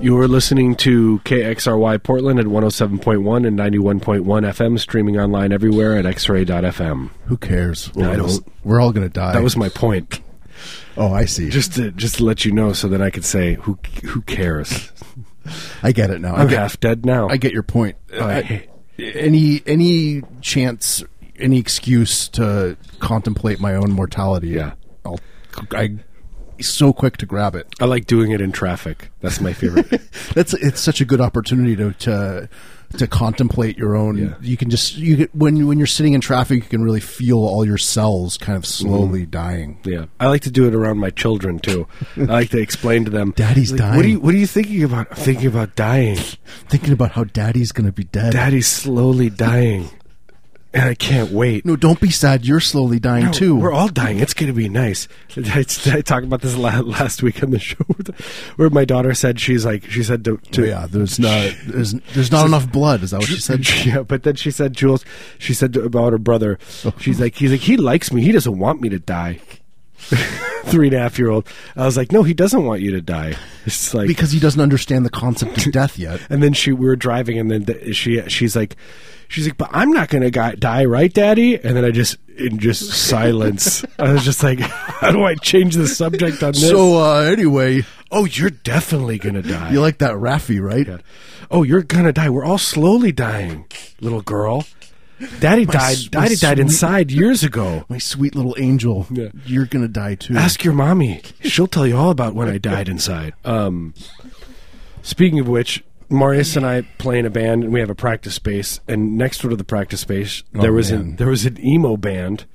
You're listening to KXRY Portland at 107.1 and 91.1 FM, streaming online everywhere at xray.fm. Who cares? We're I all- don't- We're all gonna die. That was my point. Oh, I see. Just to just to let you know, so that I could say, who who cares? I get it now. I I'm get, half dead now. I get your point. Oh, I- I- any any chance, any excuse to contemplate my own mortality? Yeah. I'll, I so quick to grab it. I like doing it in traffic. That's my favorite. That's it's such a good opportunity to to to contemplate your own. Yeah. You can just you get, when when you're sitting in traffic, you can really feel all your cells kind of Mm-hmm. slowly dying. yeah, I like to do it around my children too. I like to explain to them, Daddy's like, dying. What are you What are you thinking about? I'm thinking about dying. Thinking about how daddy's going to be dead. Daddy's slowly dying, and I can't wait. no, don't be sad. You're slowly dying No, too. We're all dying. It's going to be nice. I, I talked about this la- last week on the show, where my daughter said she's like she said to, to Oh, yeah, there's not there's, there's not enough blood. Is that what she said? yeah, but then she said Jules. She said about her brother. She's like he's like he likes me. He doesn't want me to die. Three and a half year old. I was like, no, he doesn't want you to die. It's like Because he doesn't understand the concept of death yet. and then she we were driving and then th- she she's like she's like but i'm not gonna guy, die right daddy and then i just in just silence i was just like how do i change the subject on this So uh, anyway, oh you're definitely gonna die you like that Raffi, right? God. oh you're gonna die we're all slowly dying little girl daddy died s- my daddy died sweet- inside years ago My sweet little angel, Yeah. you're gonna die too. Ask your mommy. She'll tell you all about when I died inside. Um, speaking of which, Marius and I play in a band, and we have a practice space. And next door to the practice space, there was an, Oh, man. there was an emo band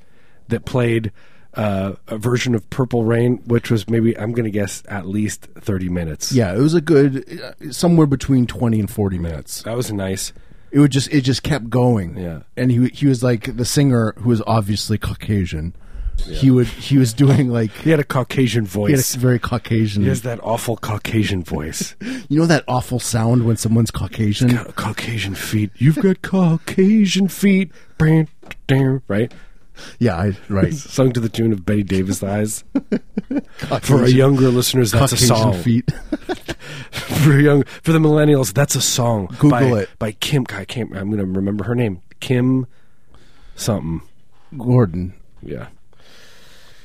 that played uh, a version of Purple Rain, which was maybe I'm going to guess at least 30 minutes. yeah, it was a good uh, somewhere between twenty and forty minutes. that was nice. It would just it just kept going. Yeah. and he he was like the singer who was obviously Caucasian. He would he was doing like He had a Caucasian he had voice. a very Caucasian. He has that awful Caucasian voice, You know that awful sound when someone's Caucasian. Ca- Caucasian feet. You've got Caucasian feet, right? Yeah, I, right. sung to the tune of Betty Davis Eyes. For our younger listeners, that's Caucasian a song. feet. For young, for the millennials, that's a song. Google by, it. by Kim. I can't. I'm going to remember her name. Kim, something. Gordon. Yeah.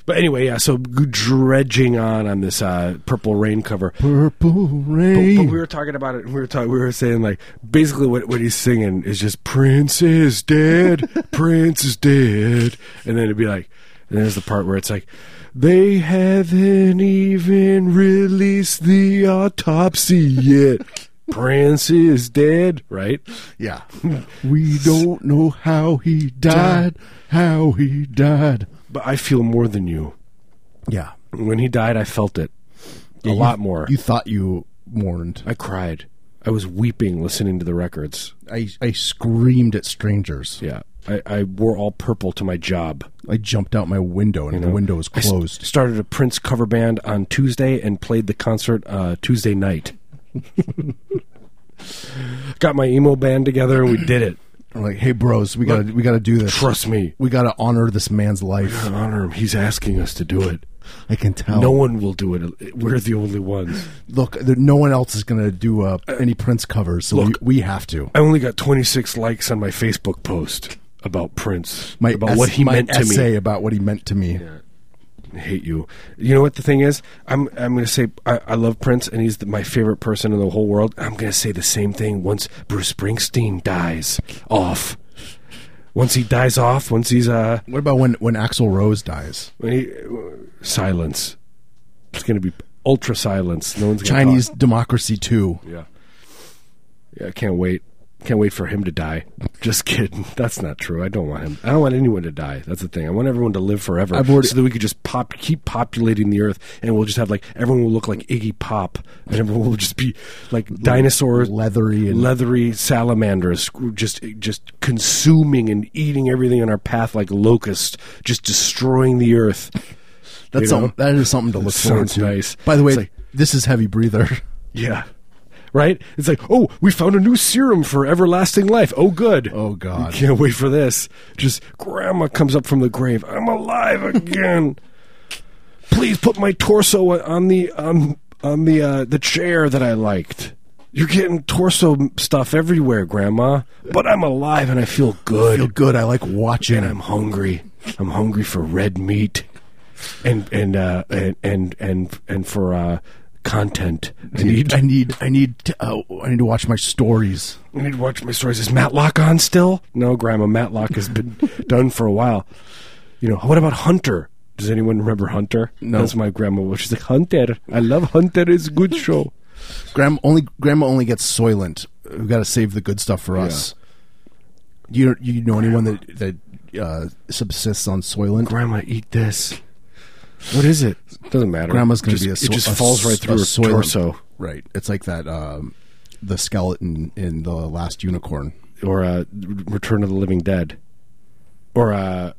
But anyway, yeah. So g- dredging on on this uh, purple rain cover. Purple But, rain. but we were talking about it. and We were talking. We were saying like basically what what he's singing is just Prince is dead, Prince is dead, and then it'd be like, and there's the part where it's like, they haven't even released the autopsy yet. Prince is dead, right? yeah. we don't know how he died. How he died. But I feel more than you. Yeah. When he died, I felt it a lot more. You thought you mourned. I cried. I was weeping listening to the records. I, I screamed at strangers. Yeah. I, I wore all purple to my job. I jumped out my window and the window was I s- closed. started a Prince cover band on Tuesday and played the concert uh, Tuesday night. Got my emo band together and we did it. I'm like, hey bros, we gotta we gotta do this. Trust me. we gotta honor this man's life. I honor him. He's asking us to do it. I can tell. No one will do it. We're the only ones. look, there, no one else is gonna do uh, any Prince covers, so Look. we, we have to. I only got 26 likes on my Facebook post about Prince, My about ess- what he my meant to me. essay about what he meant to me. I hate you. You know what the thing is? I'm I'm gonna say I, I love Prince and he's the, my favorite person in the whole world. I'm gonna say the same thing once Bruce Springsteen dies off. Once he dies off, once he's uh What about when when Axl Rose dies? when he silence. It's gonna be ultra silence. No one's gonna Chinese talk. democracy too. Yeah. Yeah, I can't wait. Can't wait for him to die. Just kidding. That's not true. I don't want him. I don't want anyone to die. That's the thing. I want everyone to live forever, I've already- so that we could just pop, keep populating the earth, and we'll just have like everyone will look like Iggy Pop, and everyone will just be like dinosaurs, leathery and- leathery salamanders, screw- just just consuming and eating everything in our path like locusts, just destroying the earth. You That's know? something, that is something to look forward Sounds to. nice. By the way, It's like- this is heavy breather. Yeah. Right? It's like, oh, we found a new serum for everlasting life. Oh, good. Oh, God. Can't wait for this. Just grandma comes up from the grave. I'm alive again. Please put my torso on the um, on the uh, the chair that I liked. You're getting torso stuff everywhere, Grandma. But I'm alive and I feel good. Feel good. I like watching and I'm hungry. I'm hungry for red meat, and and uh, and and and and for uh, content. I need I need. I need. To, uh, I need to watch my stories. I need to watch my stories. Is Matlock on still? No, Grandma. Matlock has been done for a while. You know, what about Hunter? Does anyone remember Hunter? No. That's my grandma. She's like, Hunter. I love Hunter. It's a good show. Grandma only. Grandma only gets Soylent. We got to save the good stuff for us. You you know anyone that that uh, subsists on Soylent? Grandma, eat this. What is it? Doesn't matter. Grandma's gonna Just- be a so- It just a falls s- right through a her soylent. torso. Right. It's like that. Um, the skeleton in the last unicorn. or uh, Return of the Living Dead, or uh,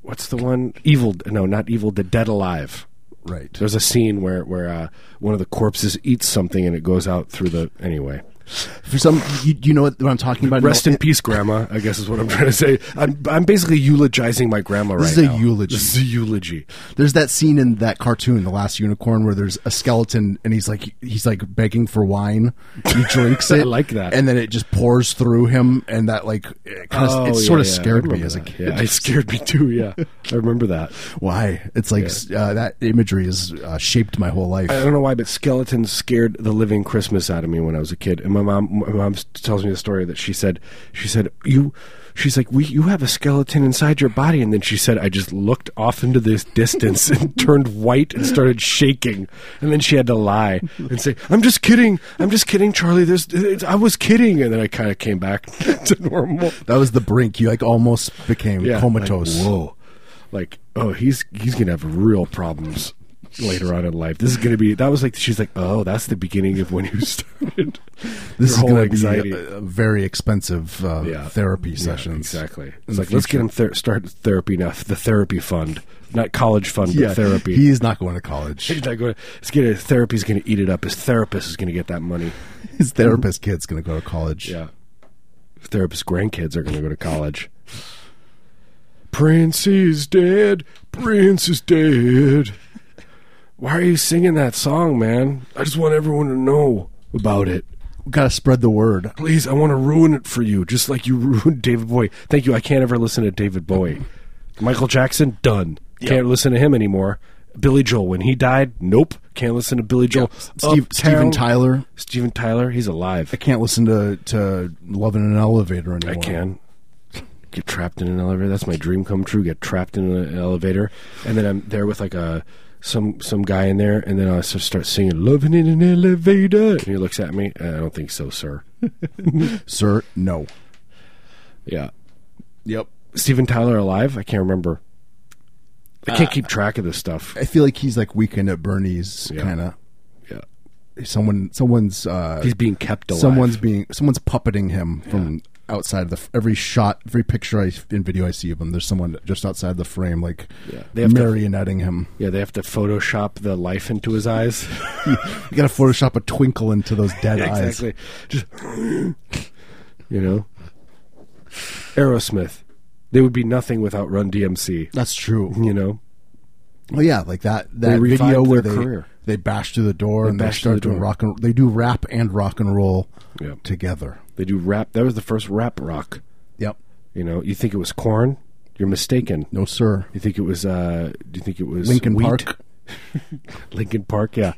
what's the one? Evil? No, not Evil. The Dead Alive. Right. There's a scene where where uh, one of the corpses eats something and it goes out through the. Anyway, For some, you, you know what, what I'm talking about. rest No, in peace, Grandma. I guess is what I'm trying to say. I'm I'm basically eulogizing my grandma right This is a now. eulogy. This is a eulogy. There's that scene in that cartoon, The Last Unicorn, where there's a skeleton and he's like he's like begging for wine. He drinks I it, like that. and then it just pours through him, and that like it, kind of, Oh, it yeah, sort of yeah. scared I me remember as a that. kid. Yeah, it scared me too. Yeah, I remember that. Why? It's like uh, that imagery has uh, shaped my whole life. I don't know why, but skeletons scared the living Christmas out of me when I was a kid. And my mom, my mom tells me the story that she said, she said, you, she's like, we, you have a skeleton inside your body. And then she said, I just looked off into this distance and turned white and started shaking. And then she had to lie and say, I'm just kidding. I'm just kidding, Charlie. There's, it's, I was kidding. And then I kind of came back to normal. that was the brink. You like almost became Yeah, comatose. Like, whoa, like oh, he's he's gonna have real problems later on in life. This is gonna be that was like she's like oh, that's the beginning of when you started. this is whole going to anxiety. be a, a very expensive uh, therapy sessions. exactly. in It's the like let's get future. him ther- start therapy now. The therapy fund, not college fund, Yeah, but therapy. He's not going to college. He's not going. It's gonna therapy's gonna eat it up. His therapist is gonna get that money. His therapist kid's going to go to college. Yeah. Therapist grandkids are going to go to college. Prince is dead. Prince is dead. Why are you singing that song, man? I just want everyone to know about it. We got to spread the word. Please, I want to ruin it for you, just like you ruined David Bowie. Thank you. I can't ever listen to David Bowie. Michael Jackson, done. Can't listen to him anymore. Billy Joel, when he died, nope. Can't listen to Billy Joel. Steve, Steven Uptown- Tyler. Steven Tyler, he's alive. I can't listen to to Love in an Elevator anymore. I can. Get trapped in an elevator. That's my dream come true. Get trapped in an elevator, and then I'm there with like a some some guy in there, and then I just start singing "Loving in an Elevator," and he looks at me. "Uh, I don't think so, sir. sir. No. Yeah, Yep. Steven Tyler alive? I can't remember. I can't keep track of this stuff. I feel like he's like Weekend at Bernie's Yeah. kind of Yeah, someone. Someone's uh, he's being kept alive. someone's being someone's puppeting him from outside the f- every shot, every picture I in video I see of him. There's someone just outside the frame, like Yeah. They have to- marionetting him. yeah, they have to Photoshop the life into his eyes. You got to Photoshop a twinkle into those dead Yeah, eyes. exactly. Just you know, Aerosmith. They would be nothing without Run DMC. That's true. You know, Well, yeah, like that that revived video where their they career. they bash through the door and they bash through start the doing door. rock and they do rap and rock and roll Yeah. together. they do rap. That was the first rap rock. Yep. You know, you think it was corn? You're mistaken. No sir. You think it was? uh Do you think it was Lincoln wheat? Park. Lincoln Park. Yeah.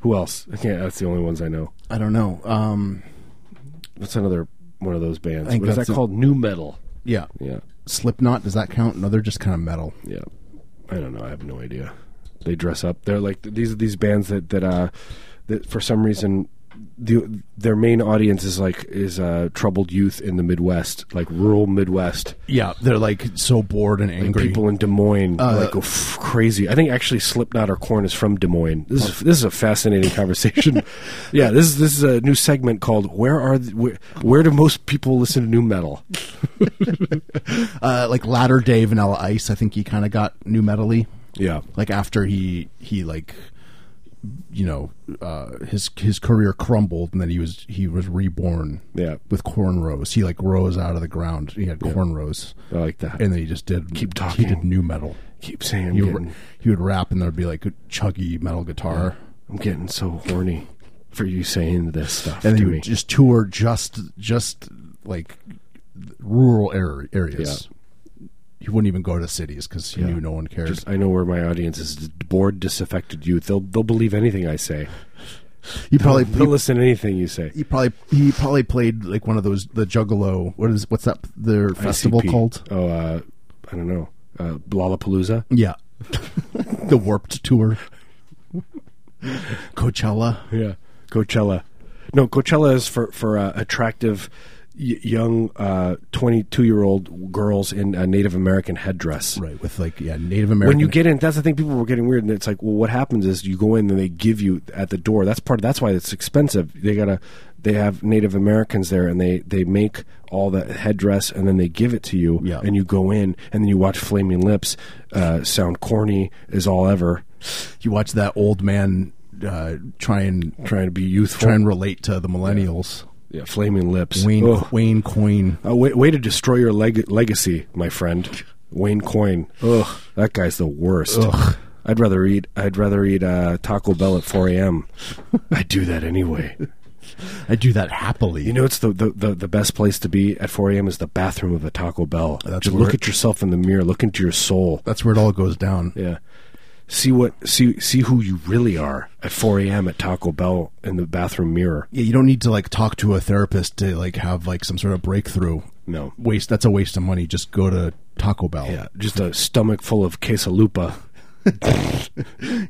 Who else? I can't. That's the only ones I know. I don't know. Um, That's another one of those bands. think What is that that's a- called? New metal. yeah. Yeah. Slipknot does that count? No, they're just kind of metal. Yeah, I don't know. I have no idea. They dress up. They're like these are these bands that that uh that for some reason the their main audience is like is uh troubled youth in the Midwest, like rural Midwest. Yeah, they're like so bored and angry. People in Des Moines like go f- crazy. I think actually Slipknot or Corn is from Des Moines. This is this is a fascinating conversation. yeah, this is this is a new segment called "Where Are the, where, where Do Most People Listen to New Metal?" uh, like latter day Vanilla Ice, I think he kind of got new metally. Yeah, Like after he he like you know uh, his his career crumbled and then he was he was reborn. yeah, with cornrows. He like rose out of the ground. He had cornrows, I like that. and then he just did Uh, Keep He did talking. new metal. Keep saying I'm He would, getting- he would rap, and there'd be like a chuggy metal guitar. I'm getting so horny for you saying this stuff and to they me. would just tour just just like rural ar- areas. He wouldn't even go to cities because he Yeah. knew no one cared. Just- I know where my audience is bored, disaffected youth. They'll they'll believe anything I say. he probably They'll listen to anything you say. he, he probably he probably played like one of those the Juggalo. What is what's that their festival ICP. called? Oh, uh, I don't know. Uh, Lollapalooza. Yeah, the Warped Tour, Coachella. Yeah, Coachella. No, Coachella is for for uh, attractive y- young twenty two year old girls in a Native American headdress. Right, with like yeah, Native American. When you get in, that's the thing. People were getting weird, and it's like, well, what happens is you go in and they give you at the door. That's part. Of, that's why it's expensive. They gotta. They have Native Americans there, and they they make all the headdress, and then they give it to you, Yeah. and you go in, and then you watch Flaming Lips uh, sound corny as all ever, you watch that old man uh, try and trying to be youthful. try and relate to the millennials. yeah, Flaming Lips. Wayne Ugh. Wayne Coyne. Uh, way, way to destroy your leg- legacy, my friend. Wayne Coyne. Ugh, that guy's the worst. Ugh. I'd rather eat. I'd rather eat uh, Taco Bell at 4 a.m. I do that anyway. I do that happily. You know, it's the, the, the, the best place to be at 4 a.m. is the bathroom of a Taco Bell. That's Just where- look at yourself in the mirror. Look into your soul. That's where it all goes down. Yeah. See what see see who you really are at 4 a.m. at Taco Bell in the bathroom mirror. Yeah, you don't need to like talk to a therapist to like have like some sort of breakthrough. No. Waste that's a waste of money. Just go to Taco Bell. Yeah. Just a stomach full of quesalupa.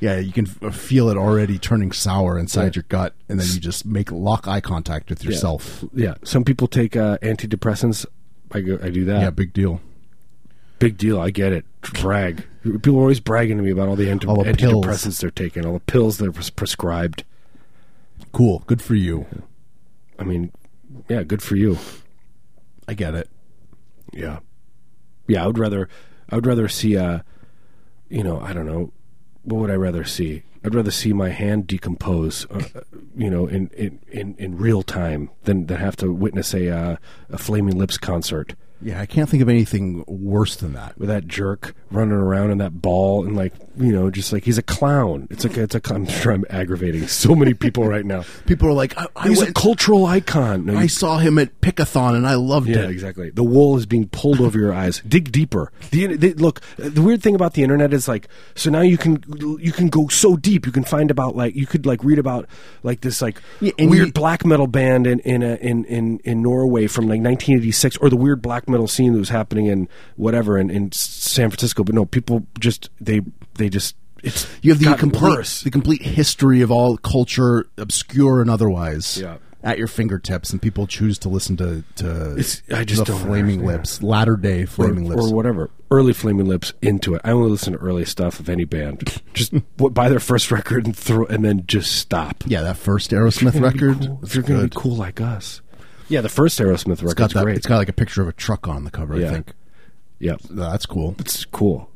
Yeah, you can f- feel it already turning sour inside your gut, and then you just make lock eye contact with yourself. Yeah. Some people take uh, antidepressants. I go, I do that. Yeah, big deal. Big deal. I get it. Brag. People are always bragging to me about all the, anti- All the pills. antidepressants they're taking, all the pills they're pres- prescribed. Cool, good for you. I mean, yeah, good for you. I get it. Yeah. Yeah, I would rather I would rather see a you know, I don't know, what would I rather see? I'd rather see my hand decompose, uh, you know, in, in, in, in real time than, than have to witness a uh, a Flaming Lips concert. Yeah, I can't think of anything worse than that. with that jerk running around in that ball and like you know just like he's a clown it's like it's a cl- i'm sure i'm aggravating so many people right now People are like, I, I, he's a went- cultural icon No, I you- saw him at Pickathon and I loved yeah it. exactly the wool is being pulled over your eyes dig deeper the, in- they, look the weird thing about the internet is like so now you can you can go so deep you can find about like you could like read about like this like Yeah, and weird you- black metal band in in, a, in in in norway from like 1986 or the weird black metal scene that was happening in whatever in, in san francisco but no people just they they just it's You have the gotten complete worse. the complete history of all culture, obscure and otherwise, Yeah. at your fingertips, and people choose to listen to to It's- I just the don't flaming understand. lips, latter day flaming or, lips. or whatever. Early Flaming Lips into it. I only listen to early stuff of any band. Just w- buy their first record and throw, and then just stop. yeah, that first Aerosmith If you're gonna record. be cool- it's if you're going to good. be cool like us, yeah, the first Aerosmith it's got record's that. great. It's got like a picture of a truck on the cover. Yeah. I think yeah, that's cool. it's cool,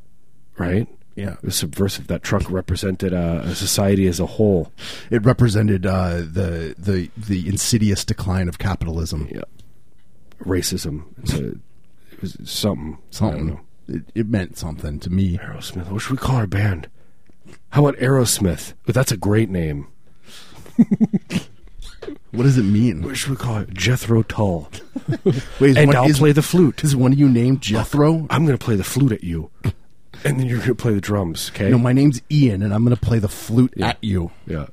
right? Yeah, It was subversive. That truck represented uh, a society as a whole. it represented uh, the the the insidious decline of capitalism. Yeah, racism. It's a, it was something. I don't Something know. it, it meant something to me. Aerosmith. What should we call our band? How about Aerosmith? Oh, that's a great name. What does it mean? What should we call it? Jethro Tull. Wait, is and one, I'll is, play the flute. is one of you named Jethro? I'm going to play the flute at you, and then you're going to play the drums. Okay? No, my name's Ian, and I'm going to play the flute at you. yeah.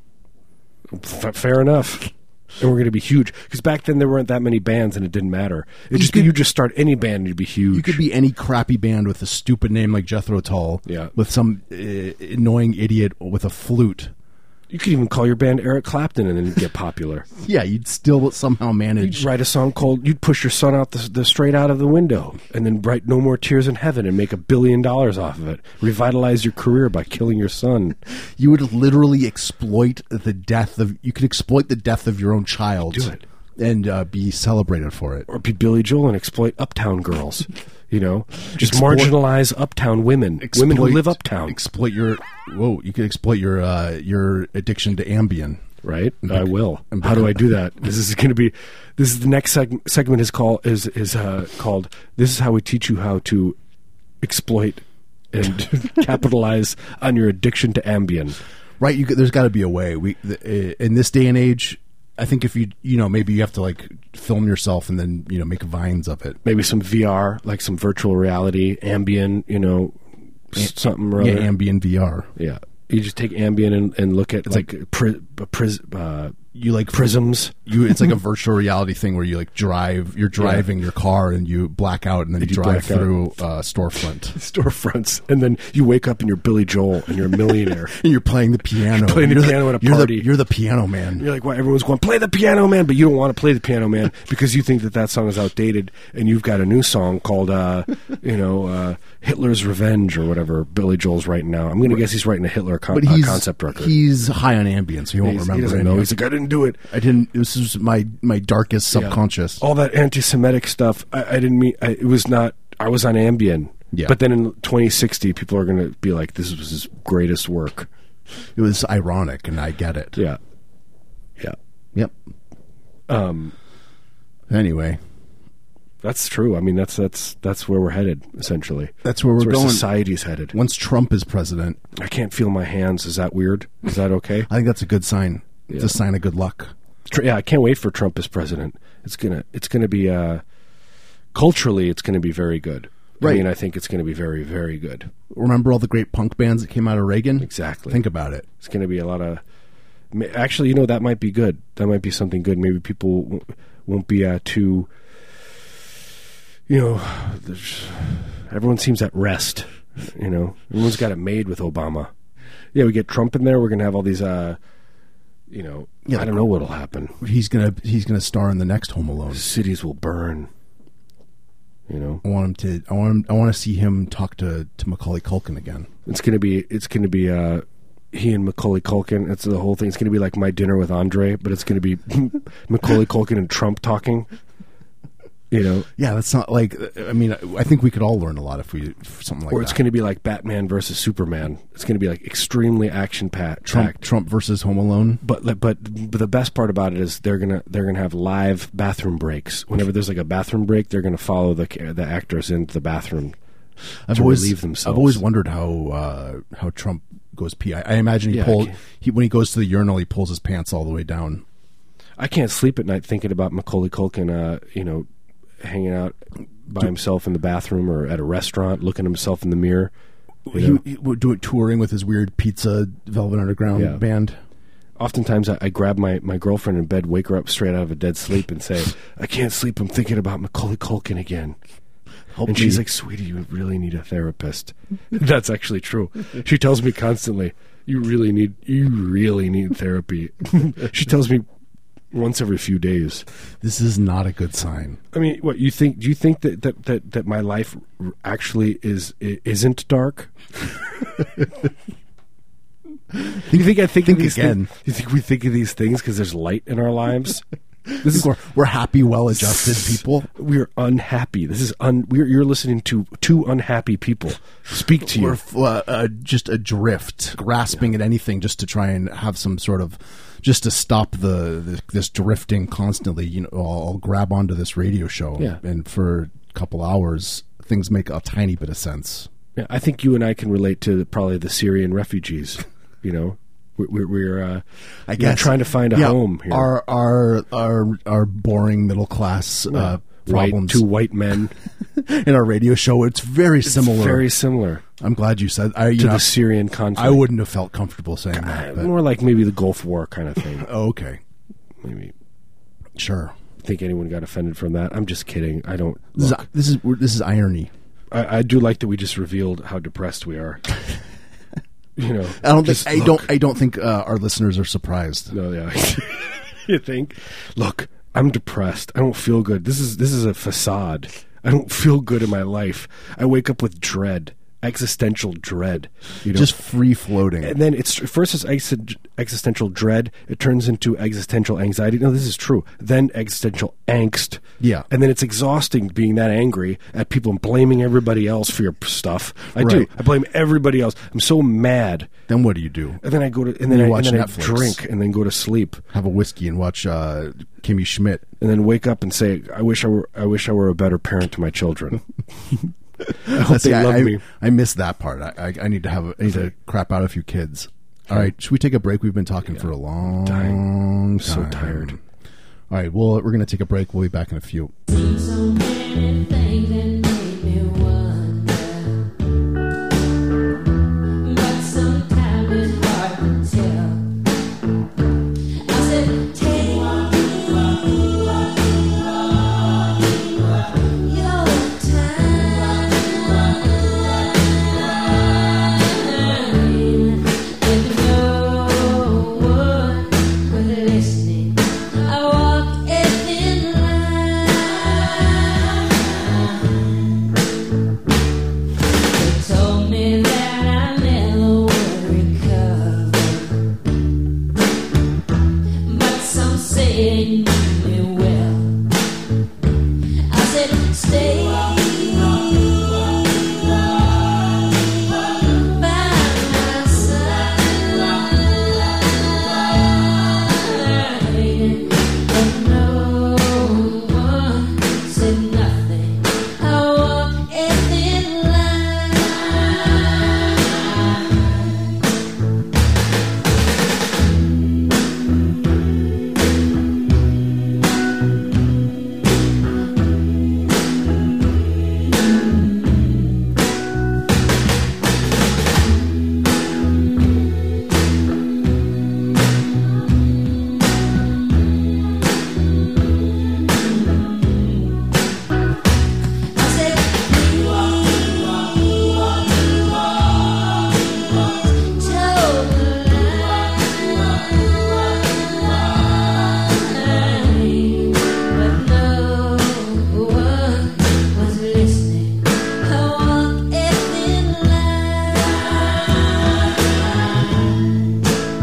F- fair enough. And we're going to be huge because back then there weren't that many bands, and it didn't matter. It just could- you just start any band, and you'd be huge. You could be any crappy band with a stupid name like Jethro Tull, Yeah. with some uh, annoying idiot with a flute. You could even call your band Eric Clapton, and then you'd get popular. Yeah, you'd still somehow You'd manage. write a song called "You'd Push Your Son Out the, the Straight Out of the Window," and then write "No More Tears in Heaven" and make a billion dollars off of it. Revitalize your career by killing your son. You would literally exploit the death of. You could exploit the death of your own child. Do it. and uh, be celebrated for it. or be Billy Joel and exploit uptown girls. You know, just Exploit- marginalize uptown women, women who Exploit- live uptown, Exploit your. Whoa, you could exploit your uh, your addiction to Ambien. right? I will. and How do I do that? This is going to be. This is the next seg- segment is called is is uh, called. This is how we teach you how to exploit and capitalize on your addiction to Ambien. right? You, could- there's got to be a way. We th- in this day and age, I think if you you know maybe you have to like film yourself and then you know make vines of it. Maybe some VR, like some virtual reality, Ambien, you know, s- something or Yeah, other. ambient VR. yeah. You just take Ambien and, and look at like, pri- uh, pris- uh, You like prisms. you. It's like a virtual reality thing where you like drive. You're driving your car and you black out and then you, You drive black out. through uh, storefront storefronts, and then you wake up and you're Billy Joel and you're a millionaire. and you're playing the piano. playing the You're piano at a you're the- party. you're the piano man. You're like, why everyone's going play the piano man, but you don't want to play the piano man because you think that that song is outdated, and you've got a new song called, uh, you know, uh, Hitler's Revenge or whatever Billy Joel's writing now. I'm going to guess he's writing a Hitler con- But uh, he's concept record. He's high on ambience. so he won't He's- he remember. doesn't any know. of He's like, I didn't do it. I didn't. This is my my darkest subconscious. All that anti-Semitic stuff. I, I didn't mean. I, it was not. I was on Ambien. Yeah. But then in 2060, people are going to be like, this was his greatest work. It was ironic, and I get it. Yeah. Yeah. Yep. Um, Anyway, That's true. I mean, that's that's that's where we're headed essentially. that's where That's we're where going. society's headed. Once Trump is president, I can't feel my hands. Is that weird? Is that okay? I think that's a good sign. It's Yeah. a sign of good luck. Tr- yeah, I can't wait for Trump as president. It's gonna it's gonna be uh, culturally it's gonna be very good. I Right. mean, I think it's gonna be very very good. Remember all the great punk bands that came out of Reagan? Exactly. Think about it. it's gonna be a lot of. ma- Actually, you know that might be good. That might be something good. Maybe people w- won't be uh, too. You know, there's- everyone seems at rest. You know, everyone's got it made with Obama. Yeah, we get Trump in there. We're gonna have all these. uh You know, Yeah, I don't know what'll happen He's gonna he's gonna star in the next Home Alone. cities will burn. You know, I want him to. I want him. I want to see him talk to to Macaulay Culkin again. it's gonna be it's gonna be uh, he and Macaulay Culkin. It's the whole thing. It's gonna be like my dinner with Andre, but it's gonna be Macaulay Culkin and Trump talking. You know, Yeah, that's not like. I mean, I think we could all learn a lot if we if something like or that. it's gonna be like Batman versus Superman. It's gonna be like extremely action packed. Trump Trump versus Home Alone. But, like, but but the best part about it is they're gonna they're gonna have live bathroom breaks. Whenever there's like a bathroom break, they're gonna follow the ca- the actors into the bathroom. I've to always, relieve themselves. I've always wondered how uh, how Trump goes pee. I, I imagine he Yeah, I pulled can't- he, when he goes to the urinal, he pulls his pants all the way down. I can't sleep at night thinking about Macaulay Culkin, uh, you know, hanging out by himself in the bathroom or at a restaurant, looking himself in the mirror. you know? He, he would do it touring with his weird pizza Velvet Underground Yeah. band. Oftentimes, I, I grab my, my girlfriend in bed, wake her up straight out of a dead sleep, and say, "I can't sleep. I'm thinking about Macaulay Culkin again." Help and me. she's like, "Sweetie, you really need a therapist." That's actually true. She tells me constantly, "You really need you really need therapy." she tells me once every few days. "This is not a good sign." I mean, what you think? Do you think that that that, that my life r- actually is i- isn't dark? you think I think, Think of these again. Things, you think we think of these things because there's light in our lives? This is We're, we're happy, well-adjusted people. we are unhappy. This is un. We're, you're listening to two unhappy people speak to We're you. f- uh, uh, just adrift, grasping at anything just to try and have some sort of, just to stop the, the this drifting constantly. You know, I'll, I'll grab onto this radio show, Yeah. and for a couple hours, things make a tiny bit of sense. Yeah, I think you and I can relate to probably the Syrian refugees. You know, we're we're, we're uh, I you know, guess trying to find a Yeah, home here. Our our our our boring middle class uh, white, problems two white men. in our radio show. It's very similar. Very similar I'm glad you said. I you to know, the Syrian conflict. I wouldn't have felt comfortable saying that. But, More like maybe the Gulf War kind of thing. oh, okay, Maybe sure. think anyone got offended from that. I'm just kidding. I don't. This is, this is we're- this is irony. I, I do like that we just revealed how depressed we are. you know. I don't just think I look. don't I don't think uh, our listeners are surprised. No, yeah. you think? Look, I'm depressed. I don't feel good. This is this is a facade. I don't feel good in my life. I wake up with dread, existential dread. You know. Just free floating. and then it's first it's exi- existential dread. It turns into existential anxiety. No, this is true. Then existential angst. Yeah. and then it's exhausting being that angry at people and blaming everybody else for your stuff. I do. Right. I blame everybody else. I'm so mad. then what do you do? And then I go to and then, I, watch and then I Netflix. drink and then go to sleep Have a whiskey and watch uh, Kimmy Schmidt. and then wake up and say, "I wish I were. I wish I were a better parent to my children." I hope That's- they yeah, love I, me. I miss that part. I, I, I need to have I need to crap out a few kids. All right, should we take a break? We've been talking for a long time. so tired. All right, well, we're going to take a break. We'll be back in a few. So many things that make me wonder, but sometimes it's hard to tell. I said, "Take your time and no one was listening." I walk a thin line. They told me that I never would recover, but some say it knew me well. I said, "Stay by my side." But no one said nothing. I walked a thin line. I said, please tell the but no one was listening. I walked a thin line.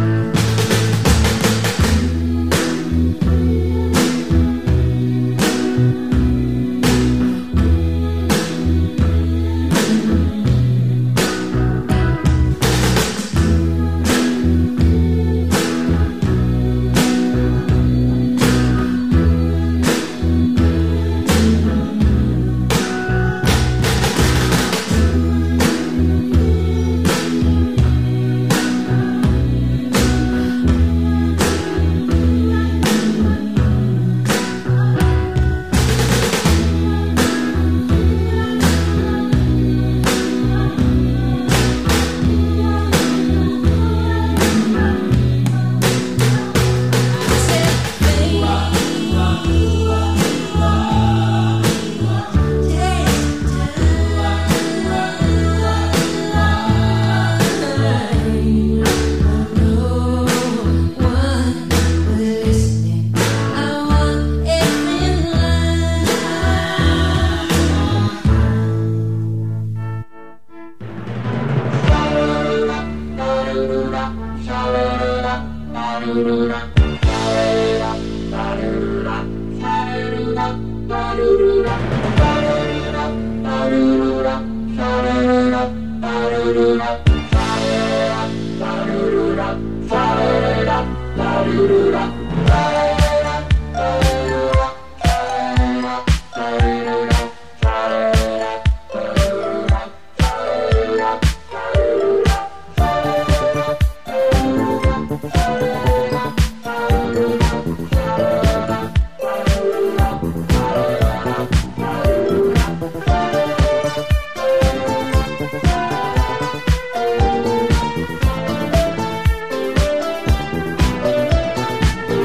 All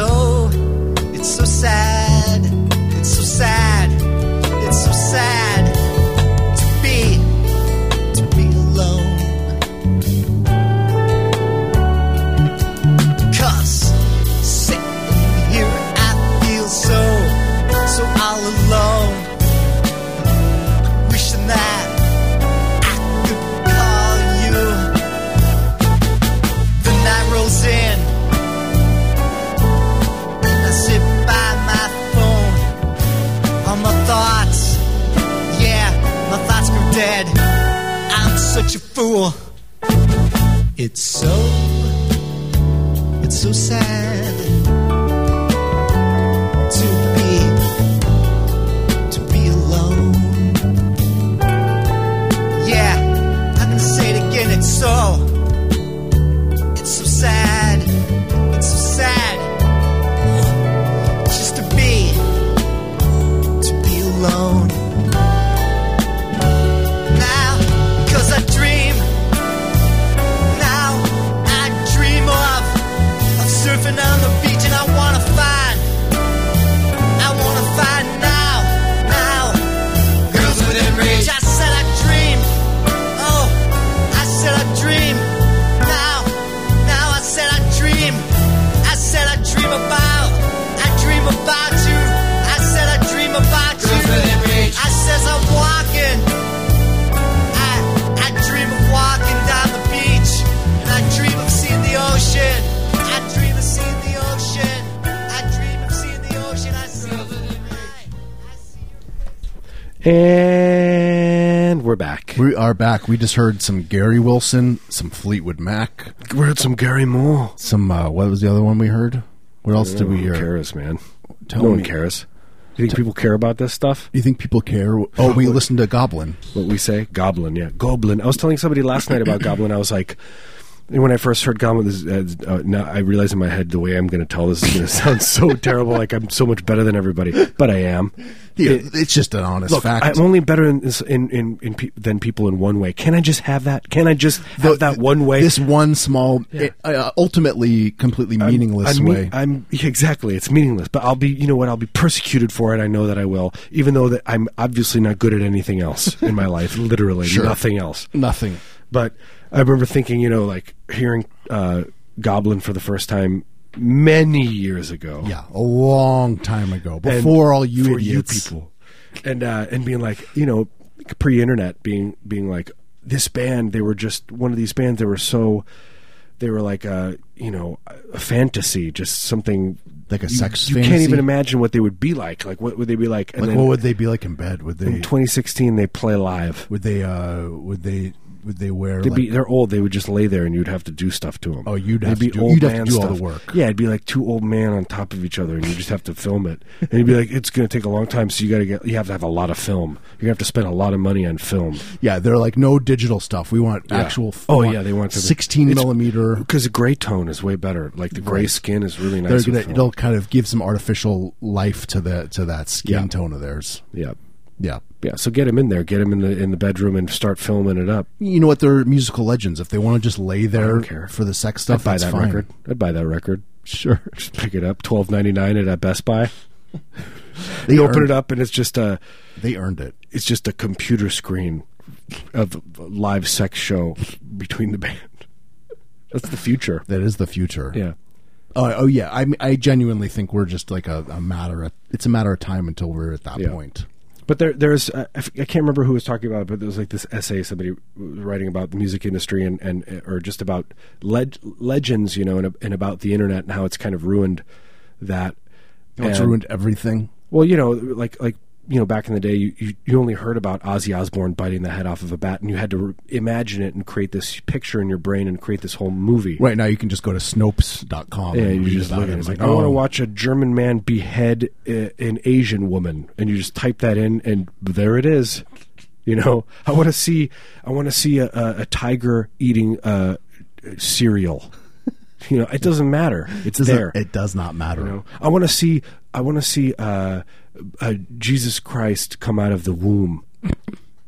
It's so sad. It's so sad. It's so sad to be to be alone. Cause sitting here I feel so so all alone. Wishing that I could call you. The night rolls in. I sit by my phone. All my thoughts, yeah, my thoughts go dead. I'm such a fool. It's so, it's so sad to be, to be alone. Yeah, I can say it again. It's so, it's so sad, it's so sad just to be to be alone now cause I dream now I dream of of surfing on the beach and I wanna find I wanna find now now girls within reach I said I dream oh I said I dream now now I said I dream I said I dream about I dream about you I said I dream about you I says I'm walking I I dream of walking down the beach and I dream of seeing the ocean I dream of seeing the ocean I dream of seeing the ocean I see I see your And we're back. We are back. We just heard some Gary Wilson, some Fleetwood Mac, We heard some Gary Moore. some uh, what was the other one we heard? What else did No we one hear? cares, man. Tell no one me. cares. Do you think people care about this stuff? You think people care? Oh, we listened to Goblin. What we say? Goblin, yeah. Goblin. I was telling somebody last night about Goblin. I was like, when I first heard Goblin, this, uh, uh, now I realize in my head the way I'm going to tell this is going to sound so terrible, like I'm so much better than everybody, but I am. It- it's just an honest Look, fact. I'm only better in, in, in, in pe- than people in one way. Can I just have that? Can I just have The- that one way? This one small, uh, ultimately completely meaningless I'm, me- way. I'm yeah, exactly. It's meaningless, but I'll be. You know what? I'll be persecuted for it. I know that I will, even though that I'm obviously not good at anything else in my life. Literally Sure. nothing else. Nothing. But I remember thinking, you know, like hearing uh, Goblin for the first time many years ago. Yeah, a long time ago, And before all you for idiots. people, and uh, and being like, you know, pre-internet, being being like this band, they were just one of these bands. They were so. They were like a, you know, a fantasy, just something like a you- sex. you, fantasy. can't even imagine what they would be like like what would they be like and Like, then what would they be like in bed? Would in they? 2016 they play live Would they? Uh, would they? Would they wear? They'd like, be, they're old. They would just lay there, and you'd have to do stuff to them. Oh, you'd They'd have to be do- old you'd have to man do all the stuff. work. Yeah, it'd be like two old men on top of each other, and you just have to film it. And you'd be like, "It's going to take a long time, so you got to get. You have to have a lot of film. You're gonna have to spend a lot of money on film yeah, they're like no digital stuff. We want actual. Oh, we yeah, they want to be- sixteen It's- millimeter. because the gray tone is way better. Like the gray Right. skin is really They're nice. gonna. with film. It'll kind of give some artificial life to the to that skin Yeah. tone of theirs. yeah, Yeah. yeah. So get him in there. Get him in the in the bedroom and start filming it up. You know what? They're musical legends. If they want to just lay there don't care. for the sex stuff, I'd buy that's that fine. record. I'd buy that record. Sure. Just pick it up. Twelve ninety nine at a Best Buy. They You open it earned, up and it's just a They earned it. it's just a computer screen of a live sex show between the band. That's the future. That is the future. Yeah. Uh, oh yeah. I I genuinely think we're just like a, a matter. Of, it's a matter of time until we're at that Yeah. point. But there, there's I f- I can't remember who was talking about it, but there was like this essay somebody was writing about the music industry and, and or just about leg, legends, you know, and, and about the internet and how it's kind of ruined that. It's And- ruined everything. Well, you know, like like you know, back in the day, you, you, you only heard about Ozzy Osbourne biting the head off of a bat, and you had to re- imagine it and create this picture in your brain and create this whole movie. Right now, you can just go to Snopes.com. Yeah, and you read just about look at it. It's oh, It's like, "Oh, I want to watch a German man behead uh, an Asian woman, and you just type that in, and there it is. You know, I want to see, I want to see a, a, a tiger eating uh, cereal. You know, it doesn't matter. It's Doesn't- there. It does not matter. You know, I want to see. I want to see uh, uh, Jesus Christ come out of the womb,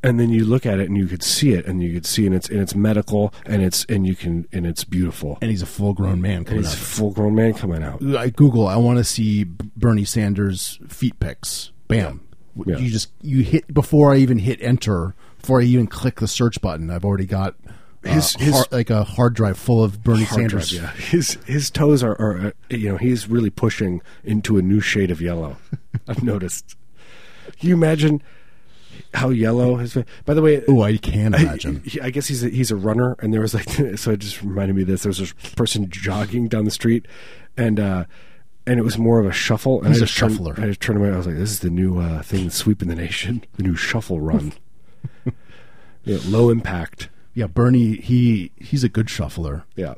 and then you look at it and you could see it, and you could see, and it's and it's medical, and it's and you can and it's beautiful, And he's a full grown man and coming it's out. full grown man coming out. I Google. I want to see b- Bernie Sanders feet pics. Bam. Yeah. You just you hit before I even hit enter, before I even click the search button, I've already got uh, His- his- har- like a hard drive full of Bernie Hard Sanders. drive, yeah. His his toes are, are uh, you know he's really pushing into a new shade of yellow. I've noticed. Can you imagine how yellow his? fa- By the way, Oh, I can imagine. I, I guess he's a, he's a runner, and there was like so. It just reminded me of this. There was this person jogging down the street, and uh, and it was more of a shuffle. And He's I a just turned- shuffler. I just turned away. I was like, "This is the new uh, thing that's sweeping the nation. The new shuffle run. Yeah, low impact. yeah, Bernie, he he's a good shuffler. Yeah,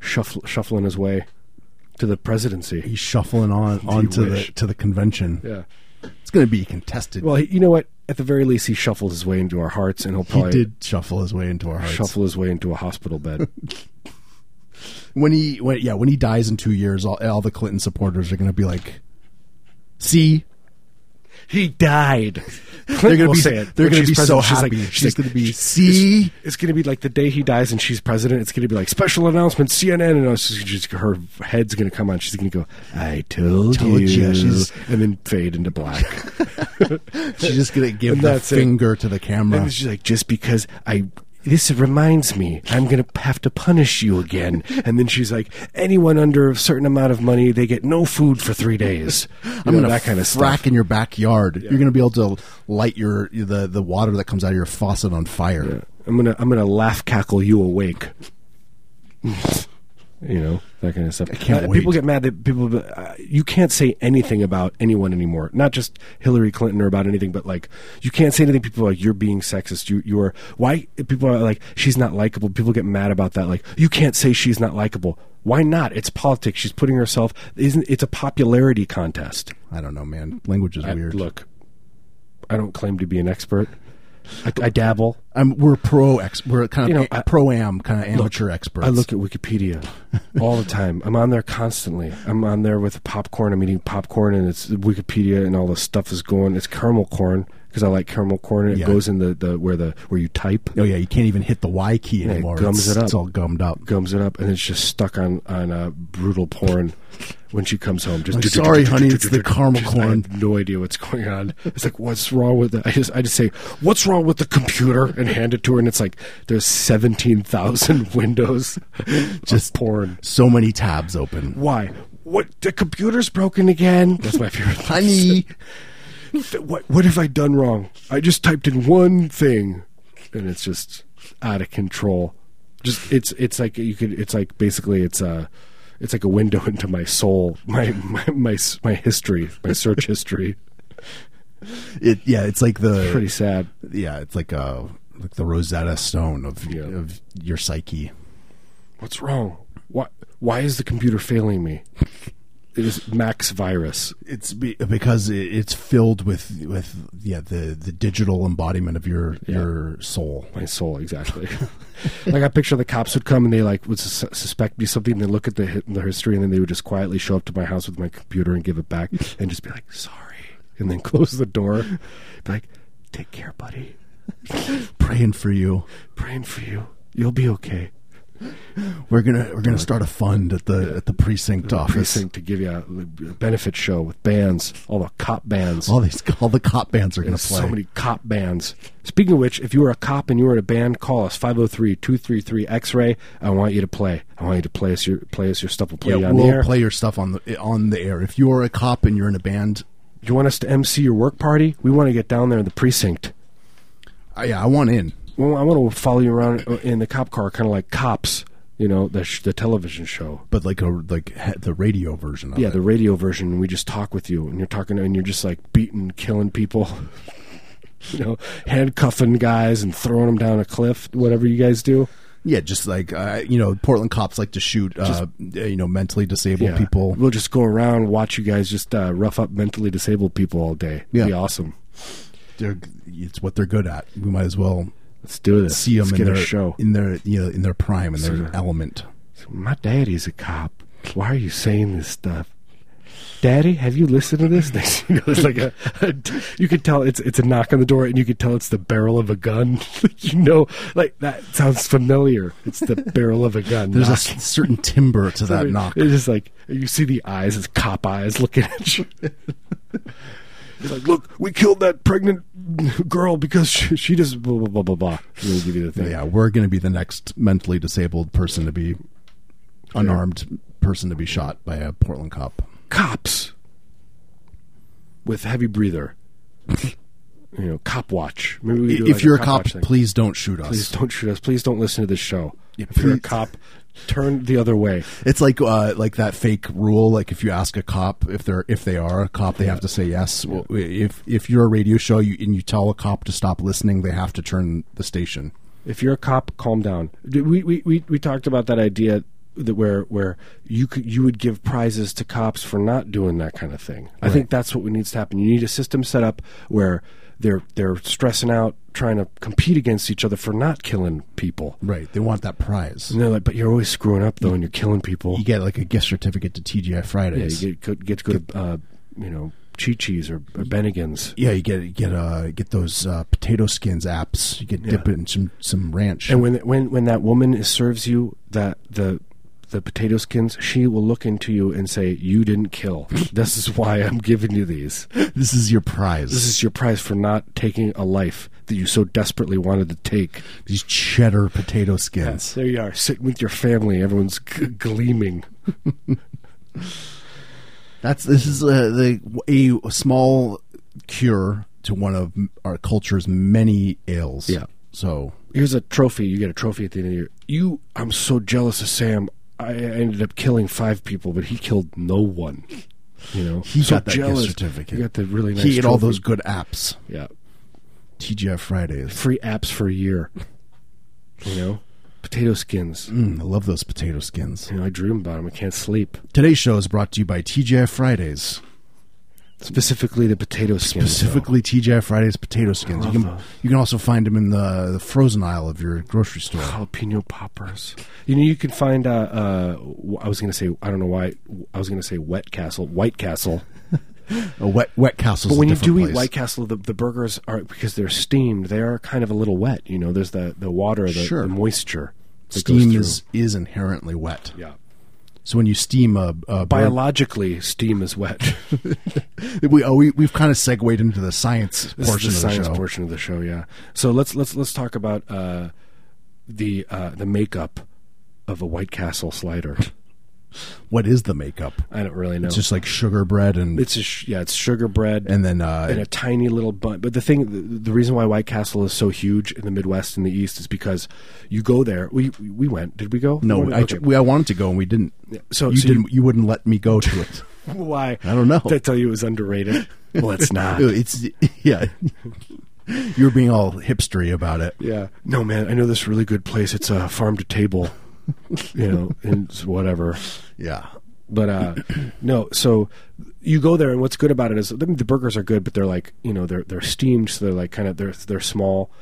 shuffle, shuffling his way to the presidency. He's shuffling on onto the wish. to the convention. Yeah. It's going to be contested. Well, he, you know what? At the very least, he shuffled his way into our hearts, and he'll he probably did shuffle his way into our hearts. shuffle his way into a hospital bed. when he when yeah when he dies in two years all, all the clinton supporters are going to be like see He died. they're going to be say it. they're When going to she's be so president, happy She's, like, she's, she's going to be she's- see It's, going to be like the day he dies and she's president. It's going to be like special announcement, CNN, and it's just- just- her head's going to come on. She's going to go, "I told, Told you,", ya. She's- and then fade into black. she's just going to give And the that's it. finger to the camera and she's like, "Just because I." This reminds me, I'm going to have to punish you again. And then she's like, anyone under a certain amount of money, they get no food for three days. You i'm know, going to that kind of frack stuff. in your backyard you're going to be able to light your the the water that comes out of your faucet on fire I'm gonna I'm gonna laugh cackle you awake. you know that kind of stuff. I can't wait. People get mad that people uh, you can't say anything about anyone anymore. Not just Hillary Clinton or about anything, but like you can't say anything. People are like you're being sexist. You you are why people are like she's not likable. People get mad about that. Like you can't say she's not likable. Why not? It's politics. She's putting herself. Isn't it's a popularity contest? i don't know man language is I- weird look, I don't claim to be an expert. I, I dabble. I'm, we're pro ex we're kind You of know, I- pro am kind of amateur experts I look at Wikipedia all the time. I'm on there constantly. I'm on there with popcorn. I'm eating popcorn, and it's Wikipedia, and all the stuff is going. It's caramel corn because I like caramel corn. And Yeah. It goes in the, the where the where you type oh yeah you can't even hit the y key it anymore gums it's, it up. it's all gummed up gums it up, and it's just stuck on on uh, brutal porn. When she comes home, just Like, "Sorry, honey, it's the caramel She's like, I corn." have no idea what's going on. It's like, what's wrong with it? I just, I just say, what's wrong with the computer, and hand it to her, and it's like, there's seventeen thousand windows, just porn. so many tabs open Why? What? The computer's broken again. That's my favorite. honey Th- what? What have I done wrong? I just typed in one thing, and it's just out of control. Just it's it's like you could. It's like basically it's a it's like a window into my soul, my my my, s- my history, my search history. It yeah, it's like the Pretty sad. yeah, it's like uh like the Rosetta Stone of Yeah. of your psyche. What's wrong? Why why is the computer failing me? It is Max virus. It's be, because it, it's filled with with yeah the the digital embodiment of your your soul. my soul exactly like i picture the cops would come and they like would sus- suspect me something and they look at the, hi- the history and then they would just quietly show up to my house with my computer and give it back and just be like sorry and then close the door be like take care buddy Praying for you. praying for you you'll be okay We're gonna we're gonna start a fund at the at the precinct office. precinct to give you a a benefit show with bands all the cop bands All these all the cop bands are gonna There's play. so many cop bands. Speaking of which, if you are a cop and you are in a band, call us 503-233-X-Ray. I want you to play. I want you to play us your play us your stuff. We'll play yeah, it on we'll the air. play your stuff on the on the air. If you are a cop and you're in a band, You want us to MC your work party? We want to get down there in the precinct. I, yeah, I want in. Well, I want to follow you around uh, in the cop car, kind of like cops. You know, the sh- the television show. But like a like he- the radio version of Yeah, it. the radio version. We just talk with you, and you're talking, and you're just like beating, killing people. you know, handcuffing guys and throwing them down a cliff. Whatever you guys do. Yeah, just like uh, you know, Portland cops like to shoot, uh, you know, mentally disabled Yeah. people. We'll just go around watch you guys just uh, rough up mentally disabled people all day. Yeah. Be awesome. They're, it's what they're good at. We might as well Let's do this. see them Let's in get their a show. in their you know in their prime in their Sure. element. My daddy's a cop. Why are you saying this stuff? Daddy, have you listened to this? Next, thing you know, there's like a, a- you could tell it's it's a knock on the door, and you could tell it's the barrel of a gun. you know, like that sounds familiar. It's the barrel of a gun. There's a knock. s- certain timbre to that knock. It's just like you see the eyes, it's cop eyes looking at you. It's like, look, we killed that pregnant girl because she, she just blah blah blah blah blah. And they give you the thing. Yeah, we're going to be the next mentally disabled person to be unarmed person to be shot by a Portland cop. Cops with heavy breather. you know, cop watch. Maybe we do if like you're a watch cop, thing. please don't shoot us. Please don't shoot us. Please don't listen to this show. Yeah, if you're a please. cop, turn the other way. It's like uh, like that fake rule. Like if you ask a cop if they're if they are a cop, they have to say yes. Well, if if you're a radio show you, and you tell a cop to stop listening, they have to turn the station. if you're a cop, calm down. Did We we we, we talked about that idea that where where you could you would give prizes to cops for not doing that kind of thing. I think that's what needs to happen. You need a system set up where they're they're stressing out trying to compete against each other for not killing people. Right. They want that prize. And they're like, but you're always screwing up though, and you're killing people. You get like a gift certificate to TGI yeah, Fridays. you get, go- get to go to uh, you know Chi Chi's or, or Bennigan's. Yeah, you get you get uh get those uh, potato skins apps. You get dip it in some some ranch. And when when when that woman is, serves you that the the potato skins, she will look into you and say, "You didn't kill. this is why I'm giving you these. this is your prize. This is your prize for not taking a life that you so desperately wanted to take." these cheddar potato skins. There you are, sitting with your family. Everyone's g- gleaming. That's this is a, the, a small cure to one of our culture's many ills. Yeah. So Here's a trophy. You get a trophy at the end of the year. You, I'm so jealous of Sam. I ended up killing five people, but he killed no one. You know, He so got that gift jealous. certificate. He got the really nice. he ate all trophy. those good apps. Yeah. TGI Fridays. free apps for a year. You know, potato skins. Mm, I love those potato skins. You know, I dream about them. I can't sleep. Today's show is brought to you by TGI Fridays. Specifically, the potato skins. though. Specifically, TGI Fridays potato skins. You love can, those. you can also find them in the, the frozen aisle of your grocery store. jalapeno poppers. You know, you can find. Uh, uh, w- I was going to say. I don't know why. I was going to say Wet Castle, White Castle. A wet wet castle. But when you do eat place. White Castle, the, the burgers are because they're steamed. They are kind of a little wet. You know, there's the the water, the, Sure. the moisture. that goes steam through. is is inherently wet. yeah. So when you steam a, a bur- Biologically, steam is wet. we oh, we we've kind of segued into the science This is portion the of the science show. portion of the show. Yeah. So let's let's let's talk about uh, the uh, the makeup of a White Castle slider. What is the makeup? I don't really know. It's just like sugar bread and it's a sh- yeah, it's sugar bread and then uh, and a tiny little bun. But the thing, the, the reason why White Castle is so huge in the Midwest and the East is because you go there. We we went. Did we go? no, We- I, okay. we, I wanted to go and we didn't. so- you so you- didn't. You, wouldn't let me go to it. why? I don't know. Did I tell you it was underrated? well, it's not. it's yeah. you were being all hipstery about it. Yeah. No, man. I know this really good place. It's a farm to table. you know, and it's whatever. Yeah. But uh, no, so you go there, and what's good about it is I mean, the burgers are good, but they're like you know they're they're steamed, so they're like kind of they're they're small,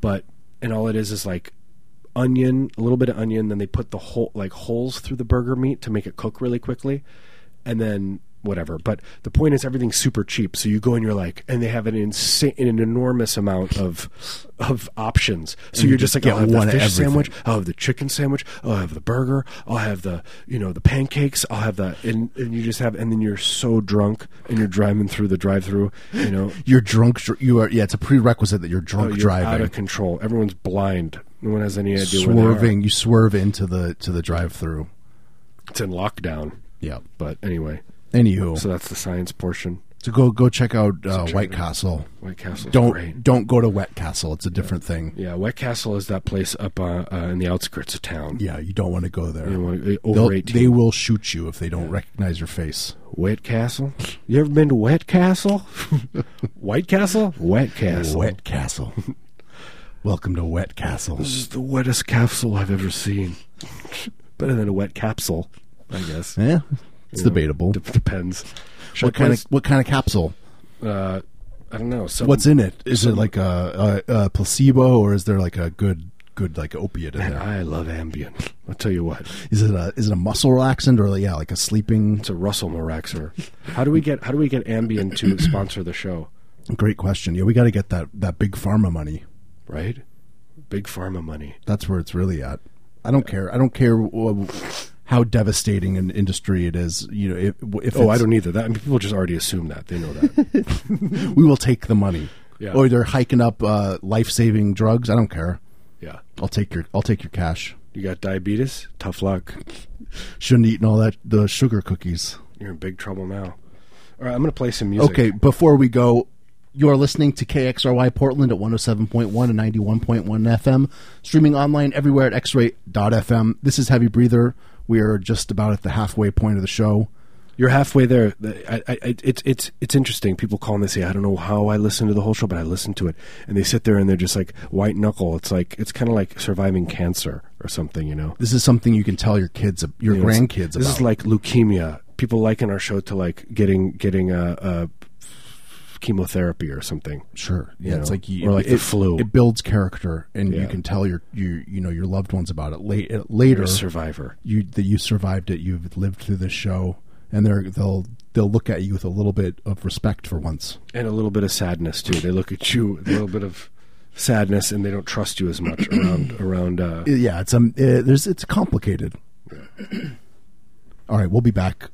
but and all it is is like onion, a little bit of onion, then they put the whole like holes through the burger meat to make it cook really quickly, and then whatever. But the point is everything's super cheap, so you go and you're like, and they have an insane, an enormous amount of of options. So you're you just just like, I'll get have one the of fish everything. sandwich. I'll have the chicken sandwich. I'll have the burger. I'll have the you know the pancakes. I'll have the and, and you just have and then you're so drunk and you're driving through the drive-through. You know You're drunk. dr- You are. Yeah. It's a prerequisite that you're Oh, drunk you're out driving, of control. Everyone's blind. No one has any idea where they are. swerving. You swerve into the to the drive-through. It's in lockdown. Yeah. But anyway, Anywho, so so, that's the science portion. go go check out uh, check White it out. Castle. White Castle. Don't Great. don't go to Wet Castle. It's a different thing. Yeah, Wet Castle is that place up uh, uh, in the outskirts of town. Yeah, you don't want to go there. You want to They'll- overrate they will shoot you if they don't recognize your face. Wet Castle. You ever been to Wet Castle? White Castle? Wet Castle. Wet Castle. Welcome to Wet Castle. This is the wettest capsule I've ever seen. Better than a wet capsule, I guess. Yeah, it's debatable. Dep- depends. Should what I kind of what kind of capsule? put- Uh, I don't know. Some, What's in it? Is it like a, a, a placebo, or is there like a good good like opiate in And there. I love Ambien. I'll tell you what. Is it a is it a muscle relaxant or like, yeah like a sleeping? It's a Russell Maraxer. How do we get how do we get Ambien to sponsor the show? Great question. Yeah, we got to get that that big pharma money. Right? Big pharma money. That's where it's really at. I don't care. I don't care wh- how devastating an industry it is. You know, if, if Oh, it's- I don't either. That I mean, people just already assume that. They know that. we will take the money. Yeah. Or they're hiking up uh, life saving drugs. I don't care. yeah. I'll take your I'll take your cash. You got diabetes? Tough luck. Shouldn't eat all that the sugar cookies. You're in big trouble now. All right, I'm going to play some music. Okay, before we go, you are listening to KXRY Portland at 107.1 and 91.1 FM, streaming online everywhere at xray.fm. This is Heavy Breather. We are just about at the halfway point of the show. You're halfway there. The- I, I, I- it's it's it's interesting. People call and they say, "I don't know how I listened to the whole show, but I listened to it." And they sit there and they're just like white knuckle. It's like it's kind of like surviving cancer or something, you know. This is something you can tell your kids, your You know, it's- grandkids This about. is like leukemia. People liken our show to like getting getting a, a chemotherapy or something. Sure. Yeah, You it's know, like you, or like it, the flu. It builds character, and Yeah. you can tell your you you know your loved ones about it late, later. You're a survivor. you that you survived it. You've lived through this show, and they're they'll they'll look at you with a little bit of respect for once. and a little bit of sadness too. They look at you with a little bit of sadness, and they don't trust you as much around around. Uh, Yeah, it's um, uh, there's it's complicated. All right, we'll be back.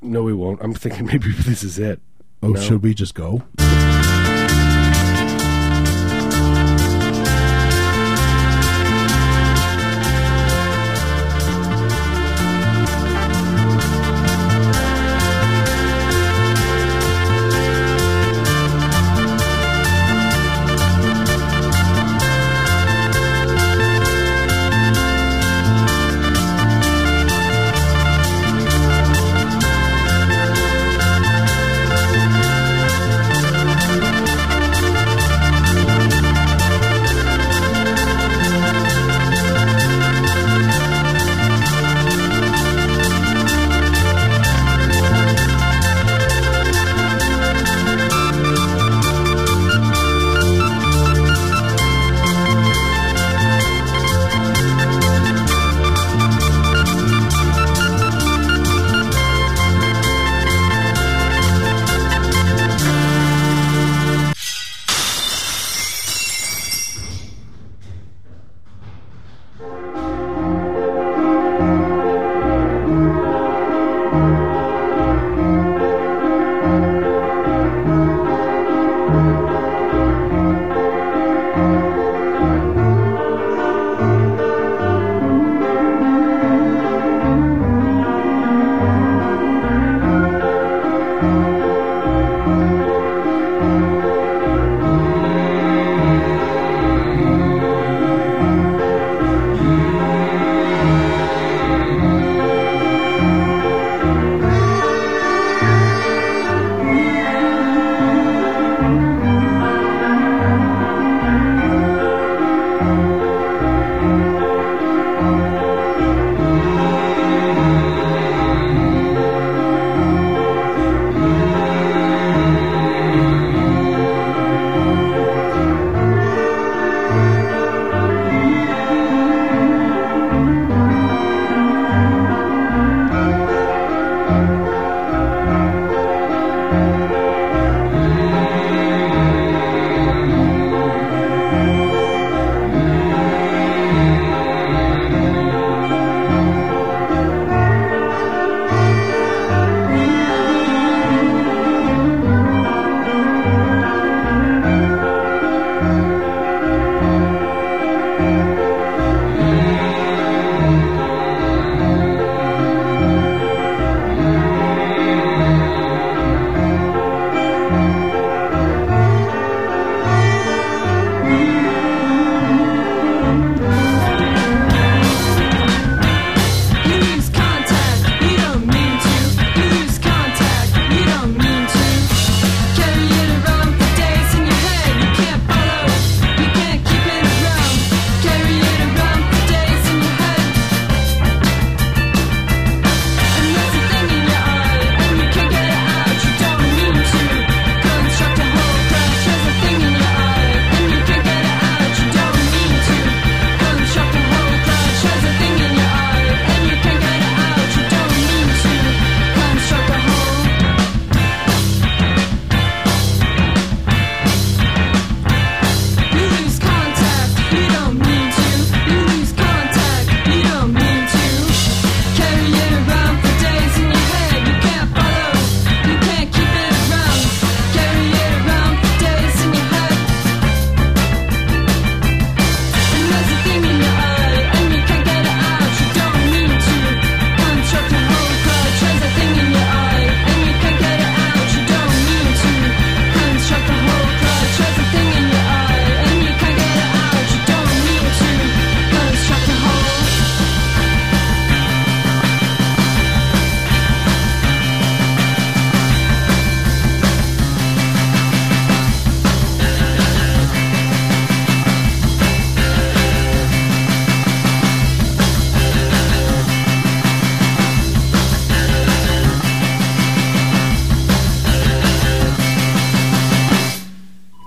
no, we won't. I'm thinking maybe this is it. Oh, No. should we just go? Thank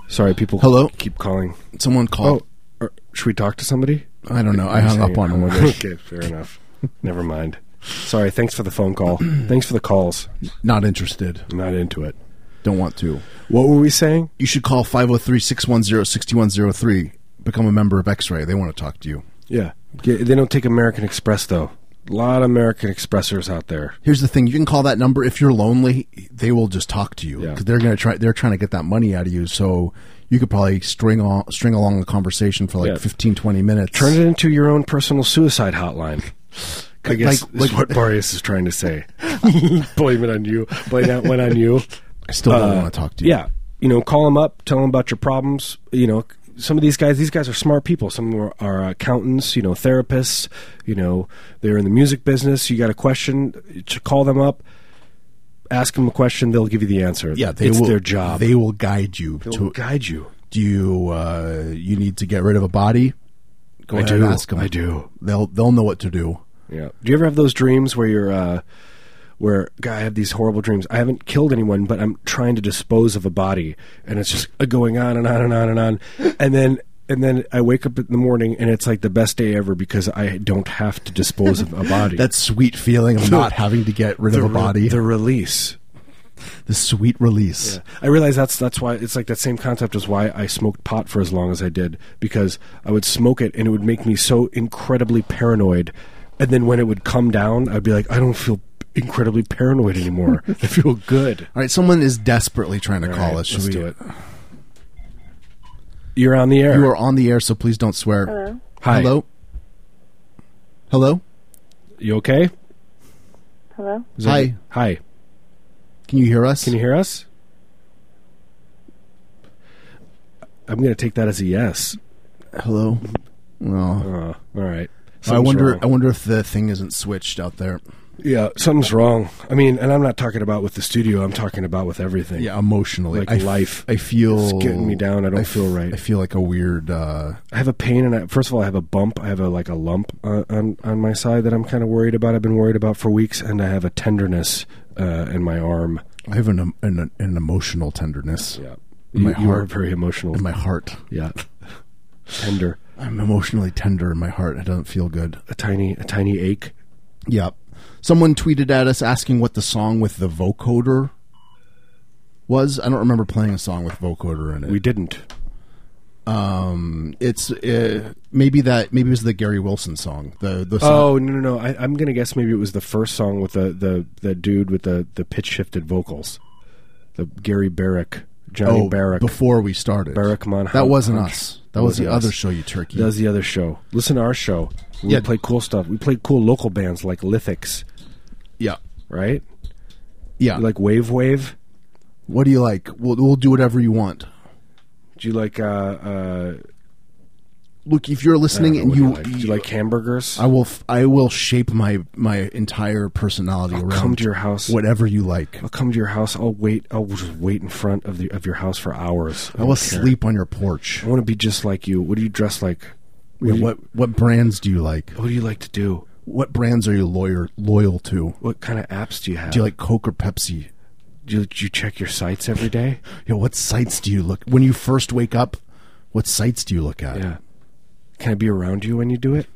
Sorry, people. Hello? Keep calling. Someone Oh, called. or- should we talk to somebody? Oh, I don't know. I hung Uh, up on him. okay, fair enough. Never mind. Sorry. Thanks for the phone call. thanks for the calls. Not interested. I'm not into it. Don't want to. What were we saying? You should call 503 610 6103. Become a member of X Ray. They want to talk to you. Yeah. Yeah, They don't take American Express though. A lot of American Expressers out there. Here's the thing: you can call that number if you're lonely. They will just talk to you Yeah. 'Cause they're going to try. They're trying to get that money out of you, so you could probably string on, string along the conversation for like Yeah. 15, 20 minutes. Turn it into your own personal suicide hotline. I guess Like- is like- what Marius is trying to say. Blame it on you. Blame that one on you. I still don't Uh, want to talk to you. Yeah, you know, call them up, tell them about your problems. You know, some of these guys, these guys are smart people. Some of them are, are accountants, you know, therapists. You know, they're in the music business. You got a question, to call them up, ask them a question. They'll give you the answer. yeah. They it's will, their job. They will guide you. will To, guide you. do you uh, you need to get rid of a body? Go I ahead do. and ask them. I do. They'll they'll know what to do. Yeah. Do you ever have those dreams where you're, uh, where God, I have these horrible dreams. I haven't killed anyone, but I'm trying to dispose of a body, and it's just uh, going on and on and on and on, and then and then I wake up in the morning, and it's like the best day ever because I don't have to dispose of a body. That sweet feeling of not having to get rid the of a re- body. the the, release. sweet release. I realize that's that's why it's like that same concept as why I smoked pot for as long as I did because I would smoke it and it would make me so incredibly paranoid, and then when it would come down, I'd be like, I don't feel incredibly paranoid anymore. I feel good. All right, someone is desperately trying to call right, us. Should let's we do it. You're on the air. You are on the air, so please don't swear. Hello. Hi. Hello. Hello. You okay? Hello? Is that- Hi. Hi. Can you hear us? Can you hear us? I'm going to take that as a yes. Hello. Uh, No. all right. I Something's wonder. wrong. I wonder if the thing isn't switched out there. yeah, something's wrong. I mean, and I'm not talking about with the studio. I'm talking about with everything. Yeah, emotionally, Like I f- life. I feel It's getting me down. I don't f- feel right. I feel like a weird. Uh, I have a pain, and I, first of all, I have a bump. I have a like a lump uh, on on my side that I'm kind of worried about. I've been worried about for weeks, and I have a tenderness uh, in my arm. I have an, em- an an emotional tenderness Yeah, In you, my you are heart. very emotional. in my heart. yeah, tender. I'm emotionally tender in my heart. It doesn't feel good. A tiny, a tiny ache. Yep. Someone tweeted at us asking what the song with the vocoder was. I don't remember playing a song with vocoder in it. We didn't. um, it's uh, maybe that maybe it was the Gary Wilson song. The the song. Oh no no no! I, I'm gonna guess maybe it was the first song with the the, the dude with the, the pitch shifted vocals, the Gary Barrick, Johnny Barrick. Oh, before we started. Barrack oh, Mon- That wasn't Hunch. us. That was Wasn't the other us. show you turkey. That was the other show. Listen to our show. We Yeah. play cool stuff. We play cool local bands like Lithics, yeah. right? Yeah. You like Wave Wave. what do you like? We'll we'll do whatever you want. Do you like uh uh? Look, if you're I don't listening know, and what do you, you like? Do you like hamburgers? I will f- I will shape my my entire personality around come to your house. whatever you like. I'll come to your house. I'll wait. I'll just wait in front of the of your house for hours. I will don't care. sleep on your porch. I want to be just like you. What do you dress like? What, Yeah, do you, what what brands do you like? what do you like to do? What brands are you lawyer loyal to? What kind of apps do you have? Do you like Coke or Pepsi? Do you, do you check your sites every day? You know, what sites do you look when you first wake up? What sites do you look at? Yeah. Can I be around you when you do it?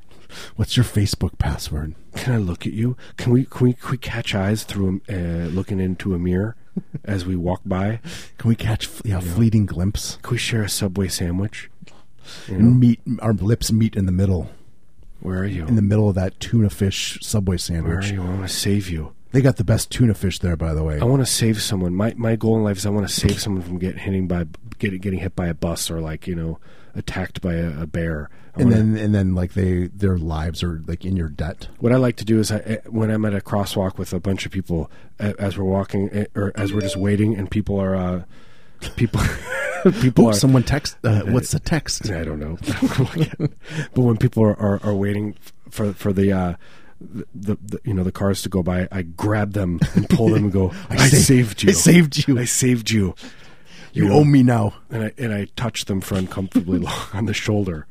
What's your Facebook password? Can I look at you? Can we can we, can we catch eyes through a- uh, looking into a mirror as we walk by? Can we catch f- yeah, fleeting glimpse? Can we share a subway sandwich? You know, Meet our lips meet in the middle, where are you? in the middle of that tuna fish subway where are sandwich. you? I want to save you. They got the best tuna fish there, by the way. I want to save someone. My my goal in life is I want to save someone from getting hitting by getting getting hit by a bus or like you know attacked by a, a bear. I and wanna- then and then like they their lives are like in your debt. what I like to do is I, eh, when I'm at a crosswalk with a bunch of people, a- as we're walking eh, or as we're just waiting, and people are uh, people people Oops, are. someone text. Uh, what's the text? I don't know, but when people are, are, are waiting f- for for the. Uh, the, the you know the cars to go by I grab them and pull them and go I, saved saved- you I saved you. I saved you You know, owe me now. and I and I touch them for uncomfortably long on the shoulder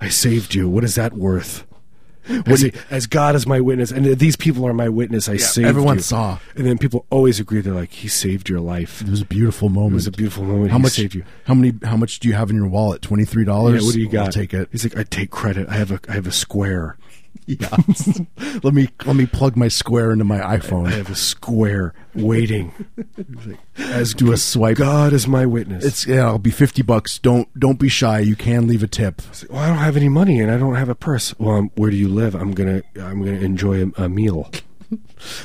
I saved you what is that worth As, he- as God is my witness, and these people are my witness. I saved everyone you. saw. and then people always agree. They're like, "He saved your life." It was a beautiful moment. It was a beautiful moment. How He much saved you? How many? How much do you have in your wallet? Twenty three dollars. Yeah, what do you got? take it. He's like, "I take credit. I have a, I have a square. Yeah. let me let me plug my square into my iPhone. I have a square waiting." as do a swipe. God is my witness. It's yeah, it'll be fifty bucks. Don't don't be shy. You can leave a tip. well, I don't have any money and I don't have a purse. Well, um, where do you live? I'm gonna I'm gonna enjoy a, a meal.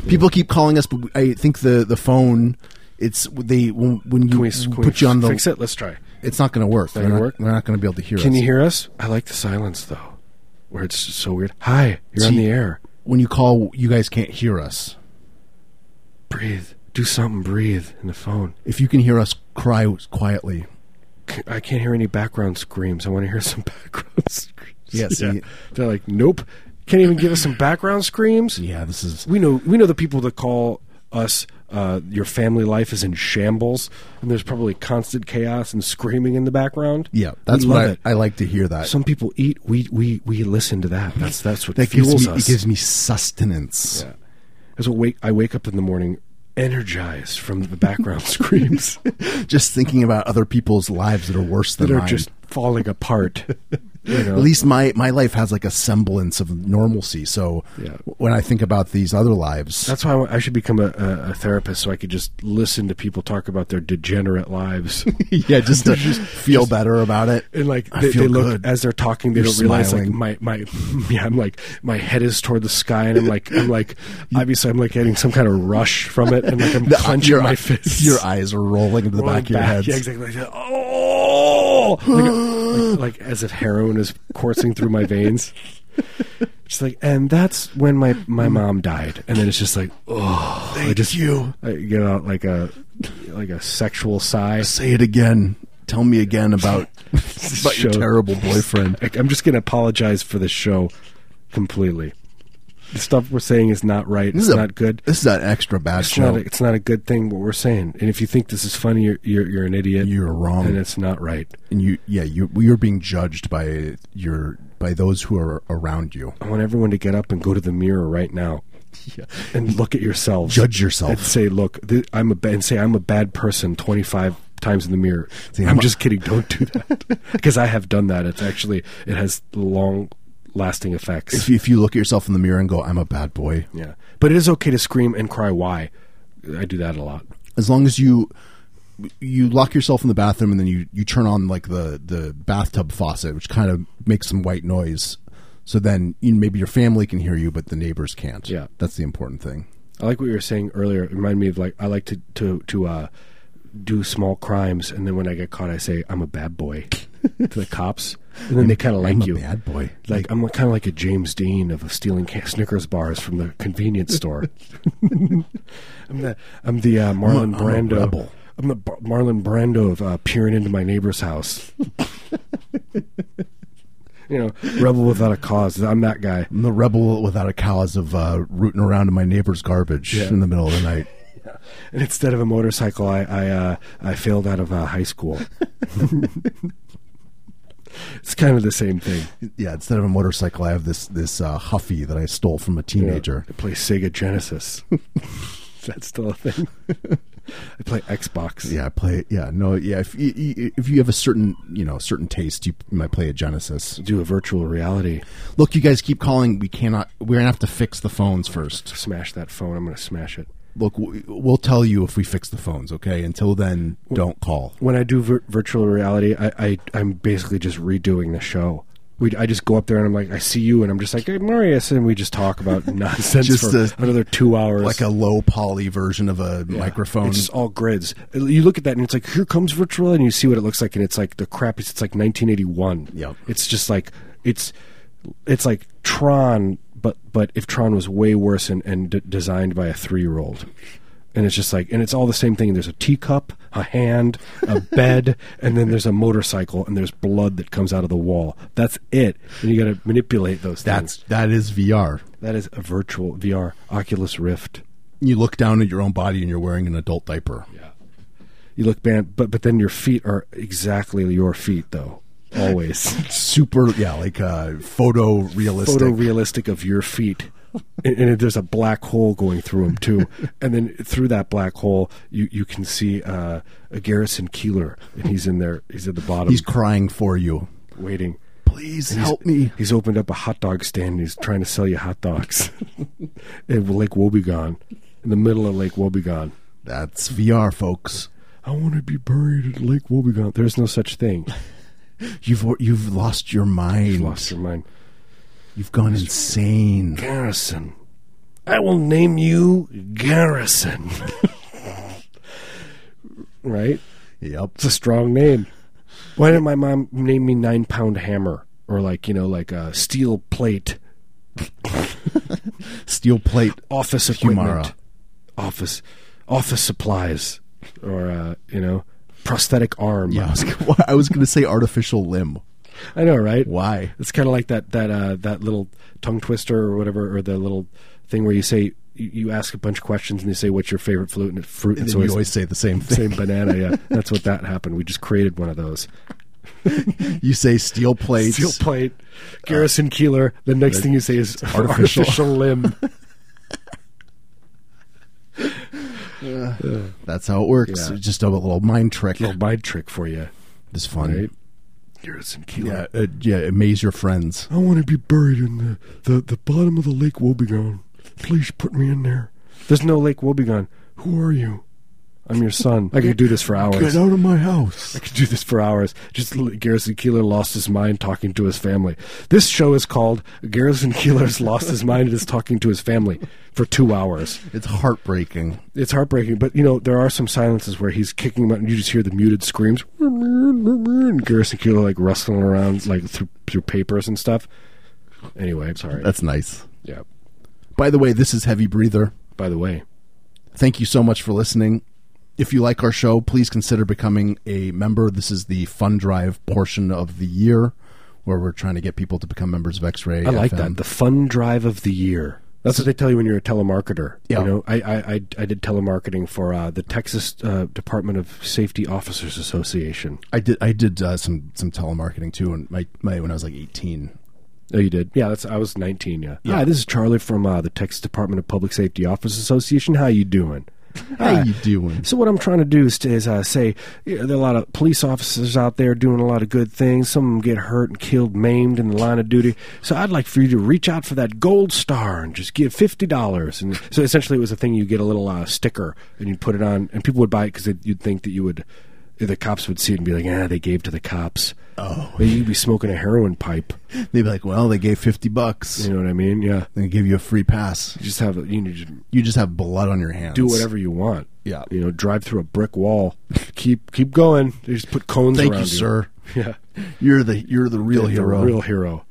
People keep calling us, but I think the the phone. It's they when, when you Can we, can put we you on the. fix it? Let's try. It's not going to work. They're gonna not, work? They're not going to be able to hear Can us. you hear us? I like the silence though, where it's just so weird. Hi, you're on See- the air. when you call, you guys can't hear us. Breathe. Do something. Breathe in the phone. If you can hear us, cry quietly. C- I can't hear any background screams. I want to hear some background screams. Yeah, see- They're like, nope. Can't even give us some background screams. Yeah, this is We know we know the people that call us. Uh, your family life is in shambles, and there's probably constant chaos and screaming in the background. yeah. That's We what love I, it. I like to hear. That Some people eat. We we we listen to that. That's that's what that gives fuels me us. it gives me sustenance. Yeah. That's what wake. I wake up in the morning energized from the background screams Just thinking about other people's lives that are worse than that are mine. just falling apart. You know? At least my my life has like a semblance of normalcy. So Yeah. when I think about these other lives, That's why I want- I should become a, a, a therapist so I could just listen to people talk about their degenerate lives. yeah, just to feel better about it. And like I they, feel they look good. as they're talking, they You're don't realize like smiling. my my yeah. I'm like my head is toward the sky, and I'm like I'm like obviously I'm like getting some kind of rush from it, and like I'm clenching uh, your, my fists. your eyes are rolling into the Rolling back of your head. Yeah, exactly. Like, that. oh, like, like- like as if heroin is coursing through my veins. Just like, and that's when my my mom died, and then it's just like, oh, I just you. I get out like a like a sexual sigh. Say it again. Tell me again about about your Show. terrible boyfriend. Like, I'm just gonna apologize for this show completely. The stuff we're saying is not right. This it's is a- not good. This is an extra bad It's show. not, a, it's not a good thing what we're saying. And if you think this is funny, you're you're, you're an idiot. You're wrong. and it's not right. and you, yeah, you you're being judged by your by those who are around you. I want everyone to get up and go to the mirror right now and look at yourselves. Judge yourself. And say, look, th- I'm a ba- and say I'm a bad person 25 times in the mirror. See, I'm, I'm a- just kidding. Don't do that because I have done that. It's actually it has long lasting effects. If you, if you look at yourself in the mirror and go, "I'm a bad boy," yeah, but it is okay to scream and cry. Why? I do that a lot. as long as you you lock yourself in the bathroom and then you you turn on like the the bathtub faucet which kind of makes some white noise so then you, maybe your family can hear you but the neighbors can't Yeah. that's the important thing I like what you were saying earlier. It reminded me of like I like to to to uh, do small crimes, and then when I get caught, I say I'm a bad boy to the cops, and then they kind of like I'm a you. bad boy. Like I'm kind of like a James Dean of stealing ca- Snickers bars from the convenience store. I'm the I'm the uh, Marlon I'm a Brando. rebel. I'm the Bar- Marlon Brando of uh, peering into my neighbor's house. you know, rebel without a cause. I'm that guy. i'm the rebel without a cause of uh, rooting around in my neighbor's garbage Yeah. in the middle of the night And instead of a motorcycle, I I, uh, I failed out of uh, high school. it's kind of the same thing. yeah instead of a motorcycle i have this this uh, huffy that i stole from a teenager I play Sega Genesis. That's still a thing. I play Xbox. yeah i play yeah no yeah if you, you- if you have a certain you know certain taste you might play a genesis Do a virtual reality. Look, you guys keep calling. We cannot. We're gonna have to fix the phones first. Smash that phone. I'm going to smash it. Look, w- we'll tell you if we fix the phones. Okay. Until then, don't call. When I do vir- virtual reality, I, I I'm basically just redoing the show. We, I just go up there and I'm like, I see you, and I'm just like, hey, Marius, and we just talk about nonsense Just for a- another two hours. Like a low poly version of a microphone. It's just all grids. You look at that and it's like, here comes virtual, and you see what it looks like, and it's like the crap. It's, it's like 1981. Yep. It's just like it's it's like Tron, but but if Tron was way worse and and d- designed by a three year old. And it's just like, and it's all the same thing. There's a teacup, a hand, a bed, and then there's a motorcycle, and there's blood that comes out of the wall. That's it. And you got to manipulate those That's things. that is VR. That is a virtual VR, Oculus Rift. You look down at your own body and you're wearing an adult diaper. You look bad, but but then your feet are exactly your feet though. always. super yeah like uh photorealistic photorealistic of your feet. and, and there's a black hole going through them too. and then through that black hole, you you can see uh, a Garrison Keeler, and he's in there. He's at the bottom, he's crying for you waiting. please help me He's opened up a hot dog stand. and He's trying to sell you hot dogs at Lake Wobegon, in the middle of Lake Wobegon. that's vr folks I want to be buried at Lake Wobegon. There's no such thing. you've you've lost your mind You lost your mind. you've gone insane Garrison. I will name you Garrison. right? yep It's a strong name. Why didn't my mom name me Nine Pound Hammer? Or like, you know, like a steel plate, steel plate office equipment. Humara. Office office supplies. Or uh, you know, prosthetic arm. yeah i was, I was gonna say artificial limb I know, right? why It's kind of like that that uh, that little tongue twister or whatever, or the little thing where you say you, you ask a bunch of questions and they say what's your favorite fruit, and it, fruit, and and it's then always, you always say the same the same thing banana. Yeah, that's what that happened. We just created one of those. you say steel plates Steel plate, Garrison Keeler. The next thing you say is artificial. uh, artificial, limb. that's how it works Yeah. just a little mind trick little mind trick for you, it's fun right? Garrison yeah Keeler. uh, yeah amaze your friends I want to be buried in the, the, the bottom of the Lake Wobegon. Please put me in there. There's no Lake Wobegon. Who are you? I'm your son. I could do this for hours. out of my house I could do this for hours. Just l- Garrison Keeler lost his mind talking to his family. This show is called Garrison Keeler's Lost His Mind and is Talking to His Family for two hours. it's heartbreaking It's heartbreaking, but you know, there are some silences where he's kicking him out and you just hear the muted screams. And Garrison Keeler like rustling around like through, through papers and stuff. Anyway, sorry. that's nice yeah. by the way this is heavy breather By the way, Thank you so much for listening. If you like our show, please consider becoming a member. This is the fund drive portion of the year where we're trying to get people to become members of X Ray. I like that. The fun drive of the year. That's what they tell you when you're a telemarketer. Yeah. You know, I, I, I, I did telemarketing for uh, the Texas uh, Department of Safety Officers Association. I did I did uh, some some telemarketing too and my, my when I was like 18. Oh, you did? Yeah, that's I was 19, yeah. Hi, this is Charlie from uh, the Texas Department of Public Safety Officers Association. How you doing? How you doing? So what I'm trying to do is, is uh, say you know, there are a lot of police officers out there doing a lot of good things. Some of them get hurt and killed, maimed in the line of duty. So I'd like for you to reach out for that gold star and just give fifty dollars. And so essentially, it was a thing you get a little uh, sticker and you'd put it on, and people would buy it because you'd think that you would. The cops would see it and be like, "Ah, they gave to the cops." Oh, you'd be smoking a heroin pipe. They'd be like, "Well, they gave 50 bucks. You know what I mean? Yeah, They give you a free pass. you just have you need to You just have blood on your hands." do whatever you want. Yeah. you know, drive through a brick wall. keep keep going. They just put cones Thank around you, sir. Yeah, You're the you're the real the hero. real hero.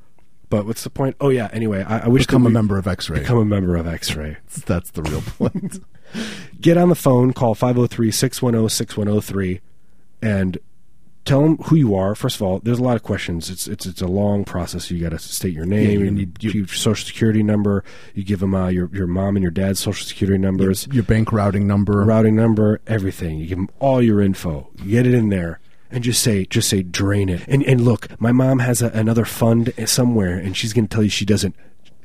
But what's the point? Oh yeah. Anyway, I, I wish become that a we- member of X Ray. Become a member of X-Ray. That's the real point. Get on the phone. Call 503-610-6103 and tell them who you are. First of all, there's a lot of questions. It's it's it's a long process. You got to state your name. you you need- need you- your social security number. You give them uh, your your mom and your dad's social security numbers. your bank routing number. routing number, everything. You give them all your info. You get it in there and just say, just say, drain it. And and look, my mom has a, another fund somewhere, and she's going to tell you she doesn't.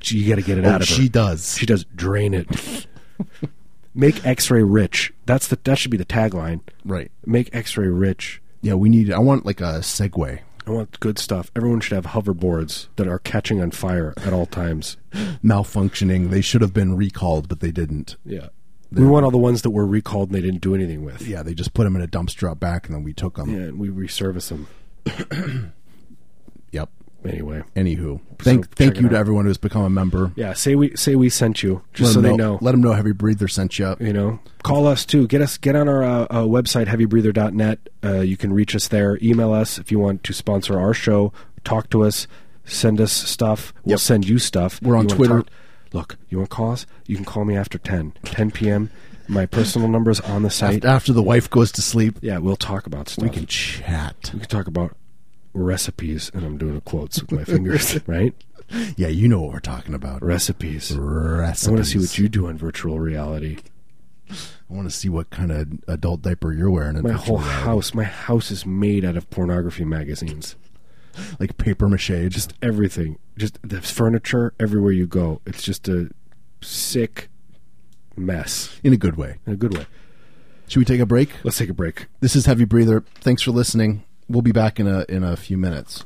She, you got to get it Oh, out of her. she does. She does. Drain it. Make X-ray rich. That's the that should be the tagline. Right. Make X-ray rich. Yeah, we need. I want like a segue. I want good stuff. Everyone should have hoverboards that are catching on fire at all times. Malfunctioning. They should have been recalled, but they didn't. Yeah. We want all the ones that were recalled and they didn't do anything with. Yeah, they just put them in a dumpster out back, and then we took them. Yeah, and we reservice them. Yep. Anyway. Anywho, thank check thank it you to out. everyone who's become a member. Yeah, say we say we sent you, Let just so 'em they know. Let them know Heavy Breather sent you. you know, call us too. Get us get on our uh, uh, website heavybreather.net. Uh, you can reach us there. Email us if you want to sponsor our show. Talk to us. Send us stuff. We'll Yep. send you stuff. We're on You wanna Twitter. talk- look, you want to call us? You can call me after 10, 10 p.m. My personal number is on the site. After, after the wife goes to sleep, yeah, we'll talk about stuff. we can chat. we can talk about recipes, and I'm doing quotes with my fingers, right? Yeah, you know what we're talking about. Recipes. Recipes. I want to see what you do on virtual reality. I want to see what kind of adult diaper you're wearing. in My whole virtual reality. house, my house is made out of pornography magazines. like paper mache. Just just everything, just the furniture everywhere you go. It's just a sick mess in a good way. in a good way. Should we take a break? Let's take a break. This is Heavy Breather. Thanks for listening. We'll be back in a in a few minutes.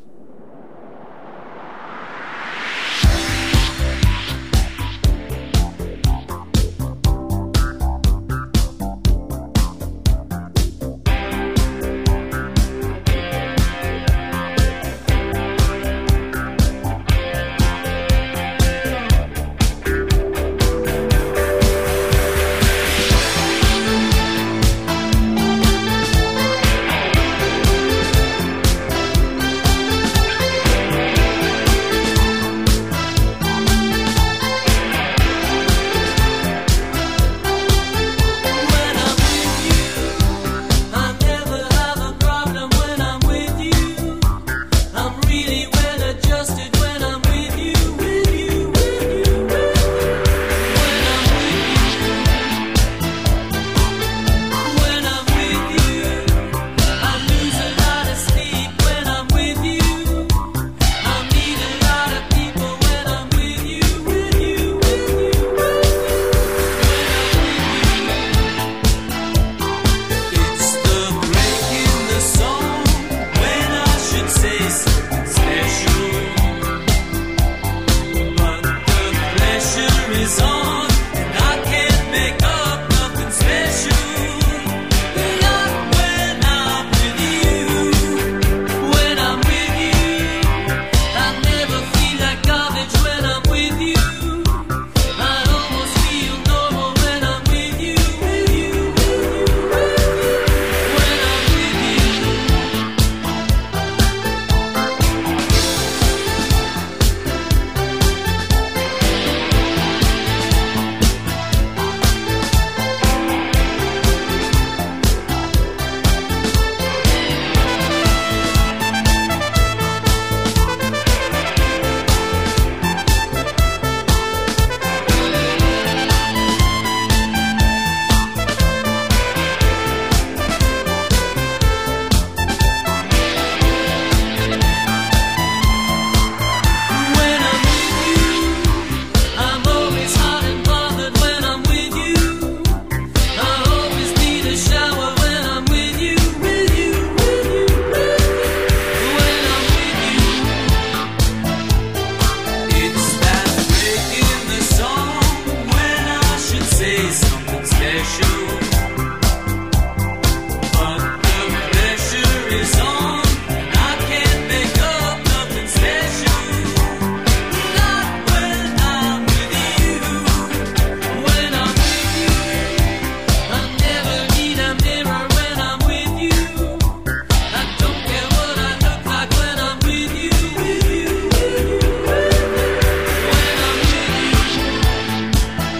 It's the break in the song when I should say something special, but the pressure is on and I can't make up nothing special. Not when I'm with you. When I'm with you, I never feel like garbage when I'm with you. I almost feel normal when I'm with you, with you, with you, with you. When I'm with you, when I'm with you, I'm always hot and bothered when I'm with you. I always need a shower when I'm with you, with you, with you, with you. When I'm with you, it's that break in the song when I should say something special. But the pressure is on, and I can't make up nothing special. Not when I'm with you. When I'm with you, I never need a mirror. When I'm with you, I don't care what I look like. When I'm with you, with you, with you, when I'm with you.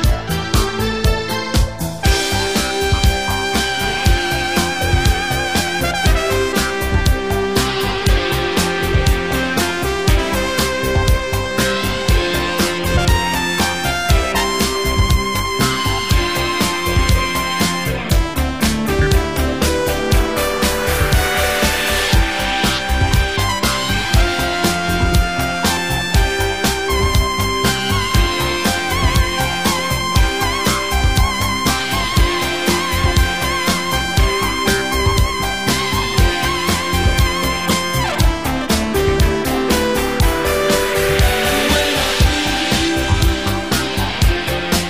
When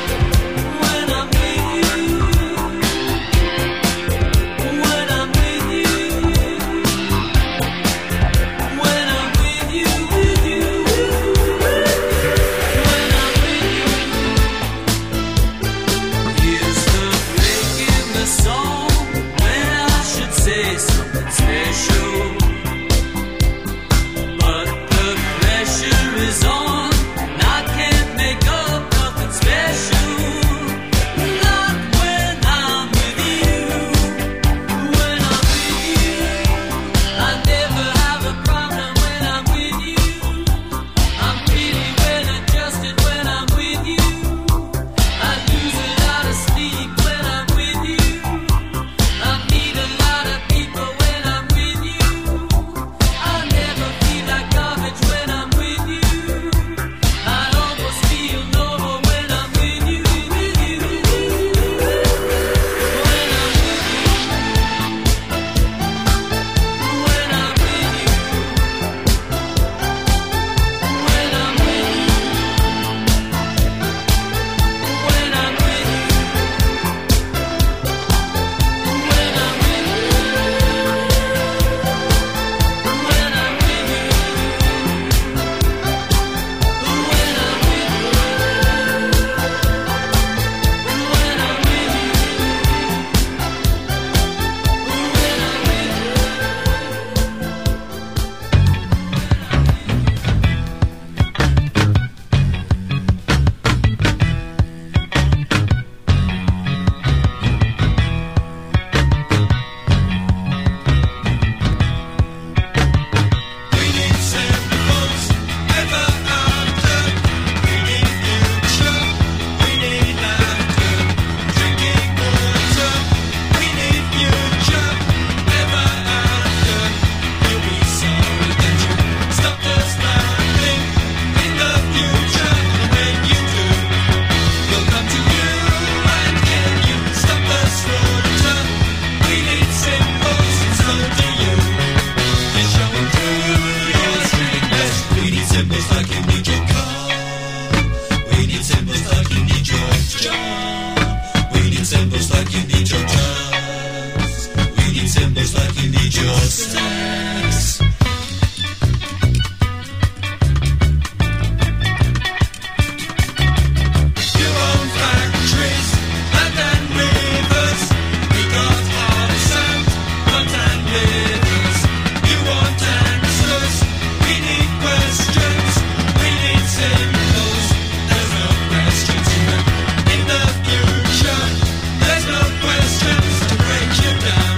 I'm with you, when I'm with you, when I'm with you, with you, when I'm with you, here's the break in the song when I should say something special. But the pressure is on, and I can't make up nothing special. Not when I'm with you. When I'm with you, I never have a problem when I'm with you. I'm really well adjusted when I'm with you. I lose a lot of sleep when I'm with you. I meet a lot of people like you need your stacks. You own factories and then rivers. You got artists and content livers. You want answers. We need questions. We need symbols. There's no questions here. In the future, there's no questions to break you down.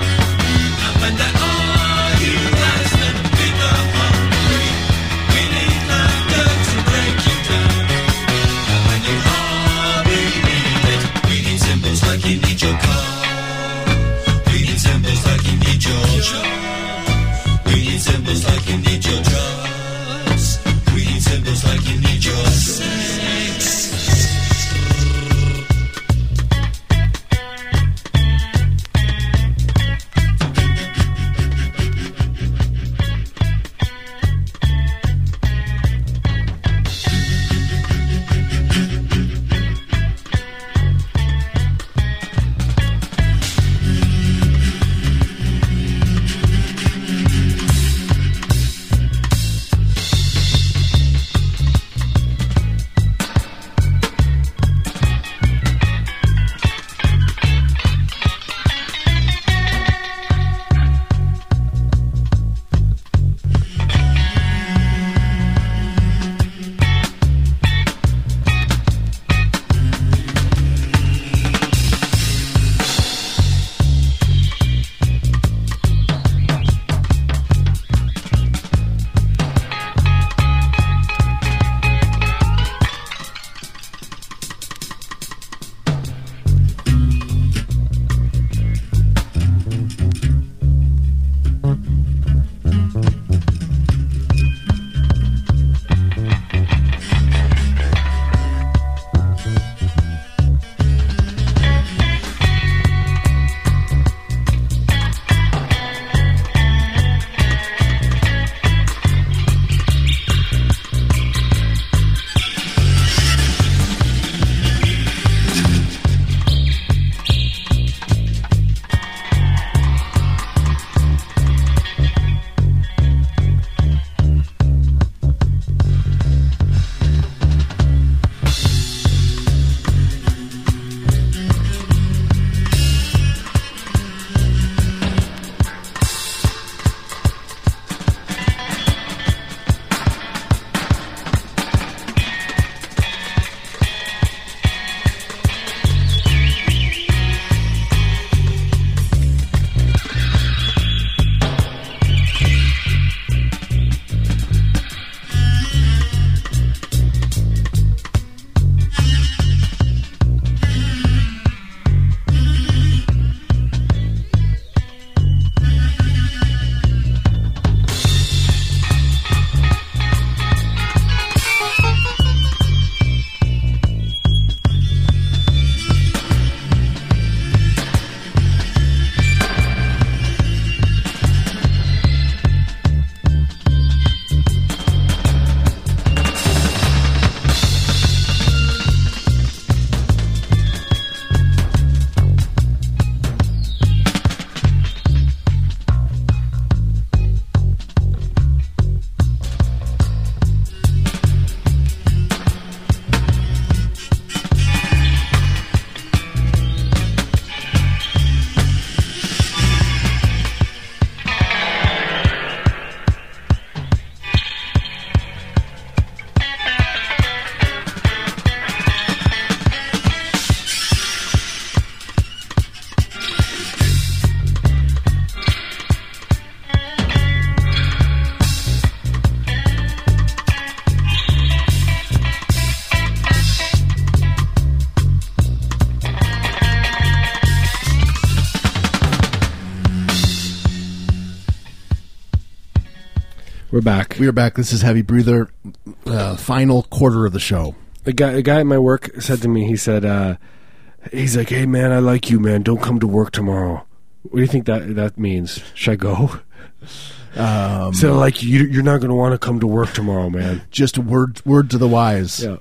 And when there are you guys, then we go hungry. We need laughter to break you down. And when you are it, we need symbols like you need your car. We need symbols like you need your job. We need symbols like you need your drugs. We need symbols like you need your sex. We're back. We are back. This is Heavy Breather, uh, final quarter of the show. The guy, the guy at my work said to me, he said, uh, he's like, hey man, I like you, man. Don't come to work tomorrow. What do you think that that means? Should I go? Um, so like, you, you're not going to want to come to work tomorrow, man. Just word word to the wise. Yeah.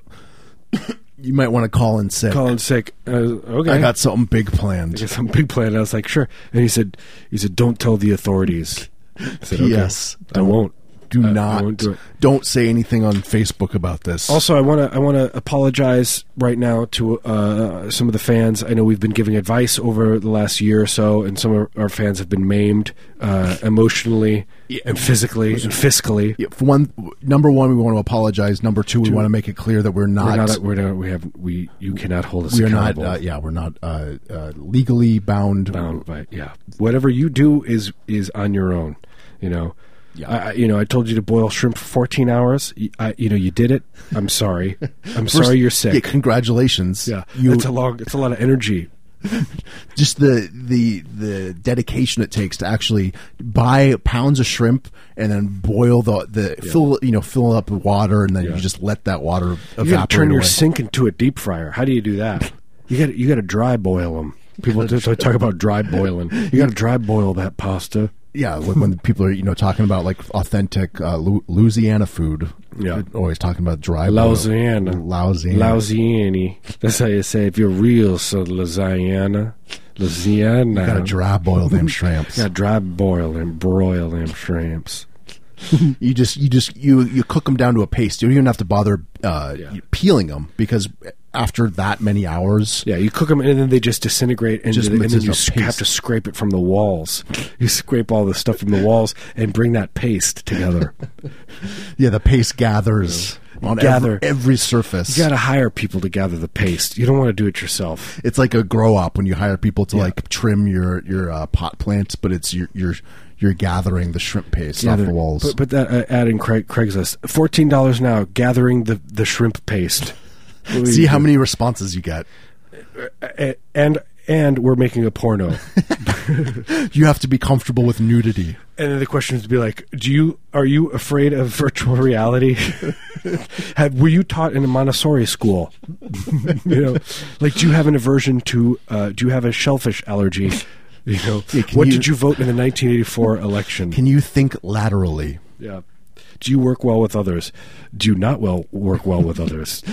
you might want to call in sick. Calling sick. I was, okay. I got something big planned. some big plan. I was like, sure. And he said, he said, don't tell the authorities. I said, okay, Yes. I won't. Do I- I not won't Uh, do it. not say anything on Facebook about this. Also, I want to I want to apologize right now to uh, some of the fans. I know we've been giving advice over the last year or so, and some of our fans have been maimed uh, emotionally and physically and fiscally. Yeah, for one number one, we want to apologize. Number two, we want to make it clear that we're We're not. not, we're not, we have we you cannot hold us we are not. accountable. Uh, yeah, we're not uh, uh, legally bound. bound by Um, yeah. Whatever you do is is on your own. You know. Yeah. I, I- you know, I told you to boil shrimp for 14 hours. Y- I- you know, you did it. I'm sorry. I'm First- sorry you're Yeah, sick. congratulations. Yeah, you it's a long, it's a lot of energy. just the the the dedication it takes to actually buy pounds of shrimp and then boil the the fill you know fill up with water and then Yeah. you just let that water You got evaporate. to turn your away. sink into a deep fryer. How do you do that? You got you got to dry boil them. People just like talk about dry boiling. You got to dry boil that pasta. yeah, when, when people are you know talking about like authentic uh, Lu- Louisiana food. Yeah. they're always talking about dry boil. Louisiana. Louisiana. Louisiana. That's how you say it. if you're real. So Louisiana, Louisiana. Gotta dry boil them shrimps. Got to dry boil and broil them shrimps. You just you just you you cook them down to a paste. You don't even have to bother uh, Yeah. you- peeling them because after that many hours, Yeah, you cook them and then they just disintegrate, and, Just and mixes then you up sc- paste. have to scrape it from the walls. You scrape all the stuff from the walls and bring that paste together. yeah, the paste gathers on Gather. every, every surface. you got to hire people to gather the paste. You don't want to do it yourself. it's like a grow up when you hire people to Yeah. like trim your your uh, pot plants, but it's your your you're gathering the shrimp paste off the Gather- walls. But, but that uh, ad in Craig, Craigslist, fourteen dollars now, gathering the the shrimp paste. See how many responses you get. A- and and we're making a porno. You have to be comfortable with nudity. And then the question is to be like, do you are you afraid of virtual reality? have, were you taught in a Montessori school? you know, like do you have an aversion to? Uh, do you have a shellfish allergy? You know, can what you- did you vote in the 1984 election? Can you think laterally? yeah. Do you work well with others? Do you not well work well with others?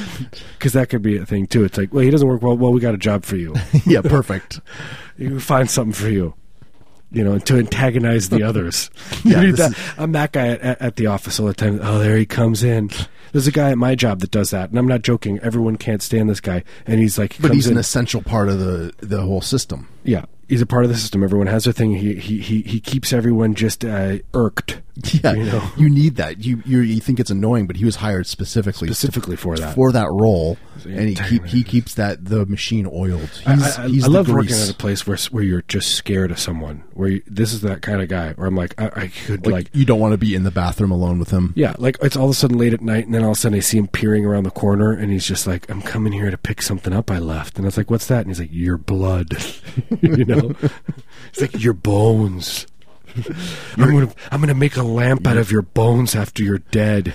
Because that could be a thing too. It's like, well, he doesn't work well. Well, we got a job for you. yeah, perfect. you can find something for you you know to antagonize the others Yeah, You do this that. i'm that guy at, at, at the office all the time oh there he comes in there's a guy at my job that does that and i'm not joking everyone can't stand this guy and he's like he But comes he's an in, essential part of the the whole system. yeah he's a part of the system everyone has their thing he he he, he keeps everyone just uh, irked Yeah, you know you need that. You, you you think it's annoying, but he was hired specifically specifically for that for that role, yeah, and he keep he keeps that the machine oiled. He's, I, I, he's I the love working grease. at a place where s- where you're just scared of someone. Where you, this is that kind of guy. Where I'm like, I, I could like you don't want to be in the bathroom alone with him. Yeah, like it's all of a sudden late at night, and then all of a sudden I see him peering around the corner, and he's just like, "I'm coming here to pick something up I left." And I was like, "What's that?" And he's like, "Your blood," you know. He's like, "Your bones." I'm gonna, I'm gonna make a lamp out of your bones after you're dead.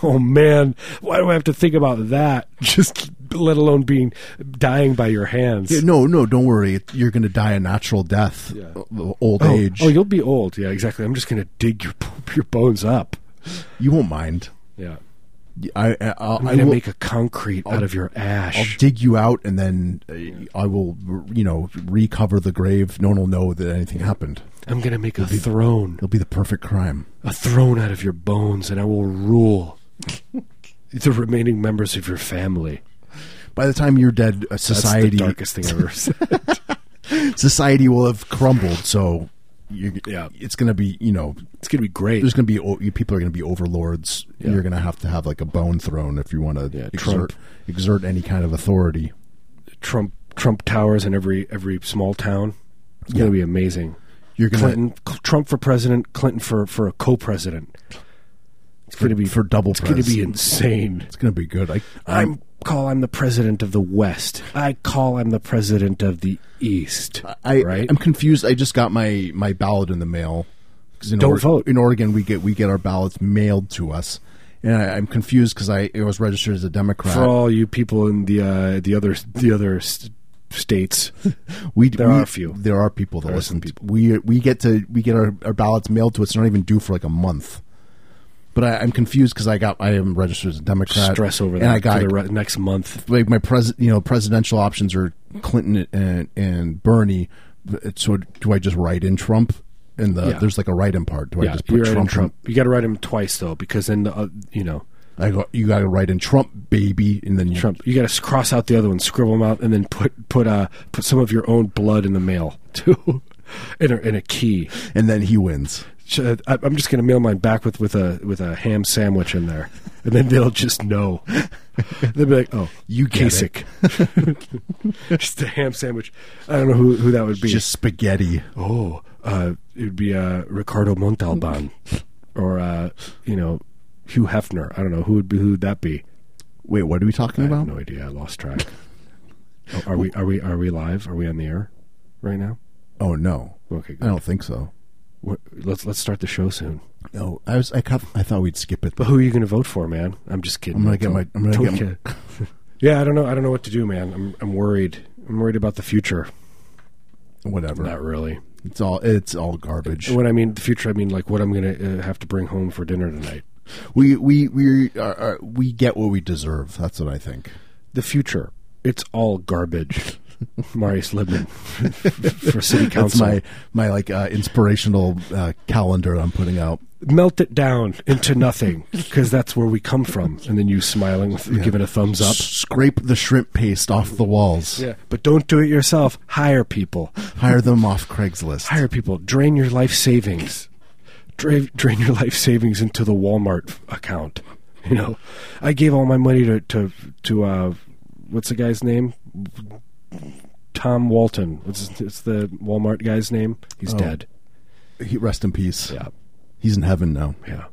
Oh man, why do I have to think about that? Just let alone being dying by your hands. Yeah, no, no, don't worry. It- You're going to die a natural death, Yeah. o- old oh, age. oh, you'll be old. Yeah, exactly. I'm just gonna dig your your bones up. you won't mind. Yeah, I, I, I'll, I'm I gonna will, make a concrete out of your ash. I'll dig you out, and then uh, I will, you know, recover the grave. No one will know that anything happened. I'm going to make a throne, It'll be the perfect crime. a throne out of your bones, and I will rule the remaining members of your family. By the time you're dead, uh, That's society the darkest thing I've ever said. society will have crumbled. So, you, Yeah. it's going to be you know, It's going to be great. there's going to be o- you- people are going to be overlords. Yeah. You're going to have to have like a bone throne if you want to Yeah, Trump. exert exert any kind of authority. Trump Trump towers in every every small town. It's going to be amazing. You're going to Clinton Cl- Trump for president, Clinton for for a co-president. It's going to be for double. It's going to pres. be insane. It's going to be good. I, I'm. I'm call I'm the president of the West. I call I'm the president of the East. I, right? I'm confused. I just got my my ballot in the mail. 'Cause in Don't vote. in Oregon. We get we get our ballots mailed to us, and I, I'm confused because I, I was registered as a Democrat. for all you people in the uh, the other the other st- states. we there we- are a few. There are people that There are listen. some People. We we get to we get our, our ballots mailed to us. They're not even due for like a month. but I, I'm confused because I got I am registered as a Democrat. Stress over that and I got for the re- next month. like my pres you know presidential options are Clinton and and Bernie. So do I just write in Trump? And the Yeah. there's like a write in part. Do I Yeah, just put you write him Trump, Trump. You got to write him twice though, because then the, uh, you know I go. You got to write in Trump, baby, and then you, Trump. You got to cross out the other one, scribble them out, and then put put uh put some of your own blood in the mail too, in a, in a key. and then he wins. Sh- I- I'm just gonna mail mine back with with a with a ham sandwich in there, and then they'll just know. They'll be like, "Oh, you get Kasich." just a ham sandwich. I don't know who who that would be. Just spaghetti. oh, uh, it would be uh, Ricardo Montalban, or uh, you know, Hugh Hefner. I don't know who would be who would that be. Wait, what are we talking I about? have no idea. I lost track. Oh, are we are we are we live? Are we on the air right now? Oh no, Okay, I good. don't think so. What- let's letles start the show soon. No, I was. I, cop- I thought we'd skip it. But who are you going to vote for, man? I'm just kidding. I'm gonna get my- I'm gonna Don't get kid. yeah, I don't know. I don't know what to do, man. I'm I'm worried. I'm worried about the future. Whatever. Not really. It's all. It's all garbage. When I mean the future, I mean like what I'm going to uh, have to bring home for dinner tonight. We we we are, are we get what we deserve. That's what I think. The future. It's all garbage. Marius Libman for city That's council. my my like uh, inspirational uh, calendar I'm putting out. Melt it down into nothing because that's where we come from. And then you smiling, with, giving a thumbs up. Scrape the shrimp paste off the walls. Yeah, but don't do it yourself. Hire people. Hire them off Craigslist. hire people drain your life savings drain, drain your life savings into the walmart account you know i gave all my money to to to uh what's the guy's name tom walton what's his, it's the walmart guy's name Oh. he's dead He, rest in peace. yeah He's in heaven now. yeah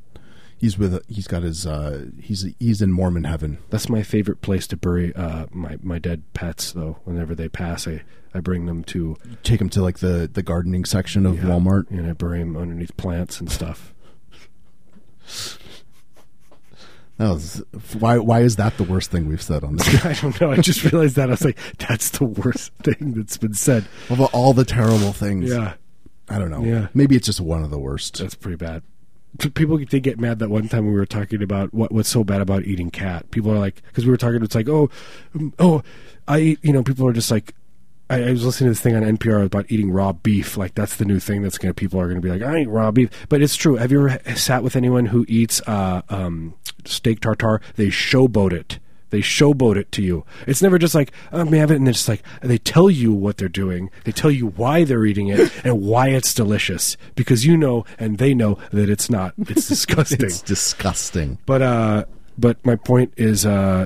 He's with. He's got his. Uh, he's he's in Mormon heaven. that's my favorite place to bury uh my my dead pets though whenever they pass i i bring them to Take him to like the the gardening section of Walmart. and i bury them underneath plants and stuff That was, why why is that the worst thing we've said on this? i don't know i just realized that i was like that's the worst thing that's been said of all the terrible things. yeah I don't know. Yeah. Maybe it's just one of the worst. That's pretty bad. P- People did get mad that one time we were talking about what what's so bad about eating cat. People are like, because we were talking, it's like, oh, mm, oh, I eat. You know, people are just like, I, I was listening to this thing on NPR about eating raw beef. Like that's the new thing that's gonna people are gonna be like, I eat raw beef, but it's true. Have you ever h- sat with anyone who eats uh, um, steak tartare? They showboat it. They showboat it to you. It's never just like I'm gonna have it, and it's like they tell you what they're doing. They tell you why they're eating it and why it's delicious because you know and they know that it's not. It's disgusting. It's disgusting. But uh, but my point is, uh,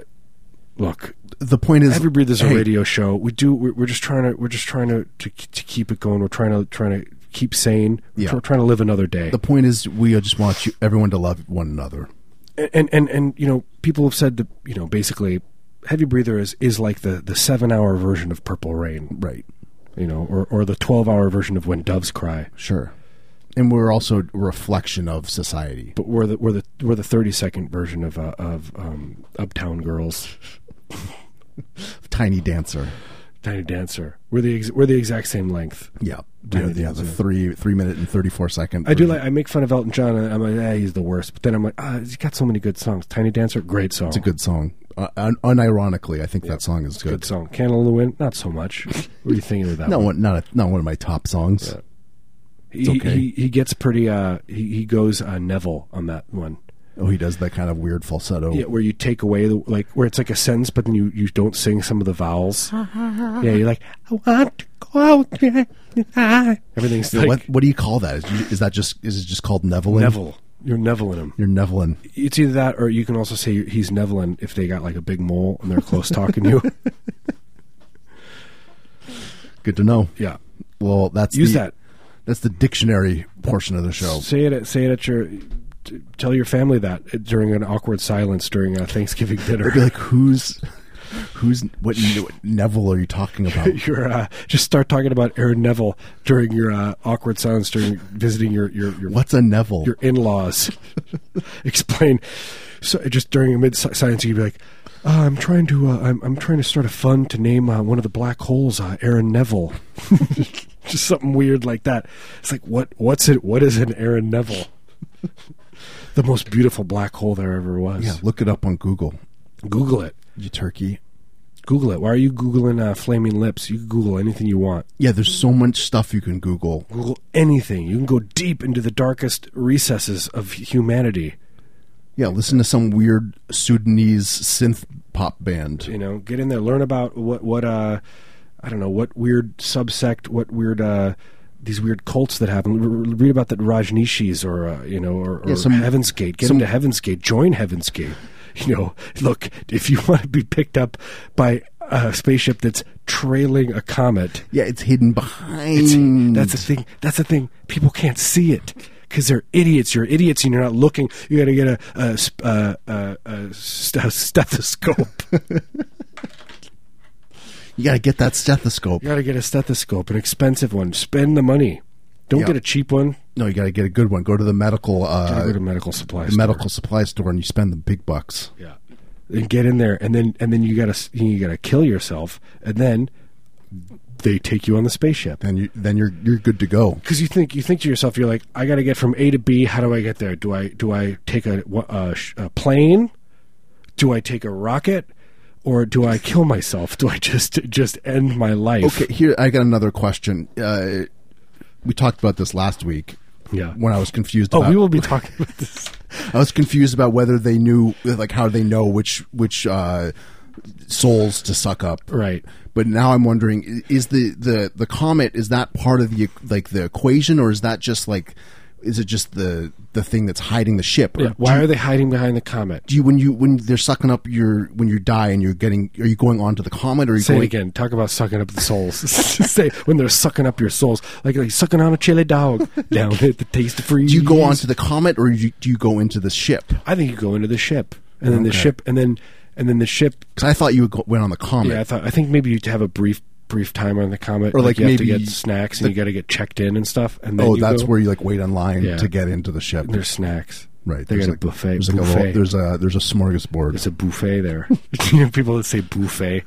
look, The point is, Every Breathe is a hey, radio show. We do. We're, we're just trying to. We're just trying to, to to keep it going. We're trying to trying to keep sane. We're Yeah. try- trying to live another day. The point is, we just want you, everyone to love one another. and and and you know, people have said that you know, basically, heavy breather is is like the the seven hour version of Purple Rain. Right. You know, or or the twelve hour version of When Doves Cry. Sure. And we're also a reflection of society. But we're the we're the we're the thirty second version of uh, of um, Uptown Girls, Tiny Dancer. Tiny Dancer. We're the ex- we're the exact same length. Yeah. Tiny Yeah, yeah, the Dancer. three three minute and thirty four second. I do version. like. I make fun of Elton John, and I'm like, ah, he's the worst. But then I'm like, ah, he's got so many good songs. Tiny Dancer, great song. It's a good song. Uh, un- unironically, I think that song is good. good song. Candle in the Wind, not so much. what are you thinking of that? Not one? one, not a, not one of my top songs. He, okay. he he gets pretty. Uh, he he goes uh, Neville on that one. Oh, he does that kind of weird falsetto. Yeah, where you take away the like where it's like a sentence, but then you you don't sing some of the vowels. yeah, you're like I want to go out there tonight." Everything's like what what do you call that? Is, you- is that just is it just called Neville? Neville. You're Neville in him. You're Neveling. It's either that, or you can also say he's Neville if they got like a big mole and they're close talking you. Good to know. Yeah. Well, that's Use the- that. That's the dictionary portion of the show. Say it. At, say it at your. t- Tell your family that during an awkward silence during a Thanksgiving dinner. Be like, who's who's what, what Neville are you talking about? your uh, just start talking about Aaron Neville during your uh, awkward silence during visiting your your your, What's a Neville? your in-laws. Explain. So just during a mid silence, you'd be like, uh, "I'm trying to uh, I'm I'm trying to start a fund to name uh, one of the black holes uh, Aaron Neville." just something weird like that. It's like what what's it? What is an Aaron Neville? the most beautiful black hole there ever was. Yeah, look it up on Google. Google it. You turkey. Google it. Why are you googling uh, flaming lips? You can Google anything you want. Yeah, there's so much stuff you can Google. Google anything. You can go deep into the darkest recesses of humanity. Yeah, listen to some weird Sudanese synth pop band. You know, get in there, learn about what what uh, I don't know, what weird subsect, what weird uh, these weird cults that happen. R- read about the Rajneeshis or uh, you know, or, or Yeah, some- Heaven's Gate. Get some- into Heaven's Gate. Join Heaven's Gate. You know, look, if you want to be picked up by a spaceship that's trailing a comet, Yeah, it's hidden behind. It's, that's the thing. That's the thing. People can't see it because they're idiots. You're idiots, and you're not looking. You got to get a, a, sp- a, a, a st- a stethoscope. you you got to get that stethoscope. got to get a stethoscope, an expensive one. Spend the money. Don't Yeah. get a cheap one. No, you got to get a good one. Go to the medical Gotta go uh, to medical supplies. the medical supply store and you spend the big bucks. Yeah. And get in there, and then and then you gotta s- you gotta kill yourself, and then they take you on the spaceship. Then you then you're you're good to go. because you think you think to yourself, you're like, I got to get from A to B. How do I get there? Do I do I take a, wha- a, sh- a plane? Do I take a rocket? Or do I kill myself? Do I just just end my life? Okay, here I got another question. Uh, we talked about this last week. Yeah. When I was confused. Oh, about, we will be talking about this. I was confused about whether they knew, like, how they know which which uh, souls to suck up, Right. But now I'm wondering: i- is the the the comet is that part of the like the equation, or is that just like, is it just the the thing that's hiding the ship? Or Yeah, do Why you- are they hiding behind the comet? do you when you when they're sucking up your when you die and you're getting are you going onto the comet or are you Say it going again. Talk about sucking up the souls. Say when they're sucking up your souls, like, like sucking on a chili dog down at the taste of freeze. do you go onto the comet or you, do you go into the ship? I think you go into the ship, and then the Okay. ship, and then and then the ship Because I thought you would go, went on the comet. Yeah, I thought I think maybe you would have a brief brief time on the comet, Or, like, you maybe have to get snacks and you got to get checked in and stuff. And then oh, you that's go- where you like wait in line Yeah. to get into the ship. there's snacks. Right. they got like- a buffet. There's, buffet. Like a, little- there's a there's a smorgasbord. There's a buffet there. you know, people that say buffet.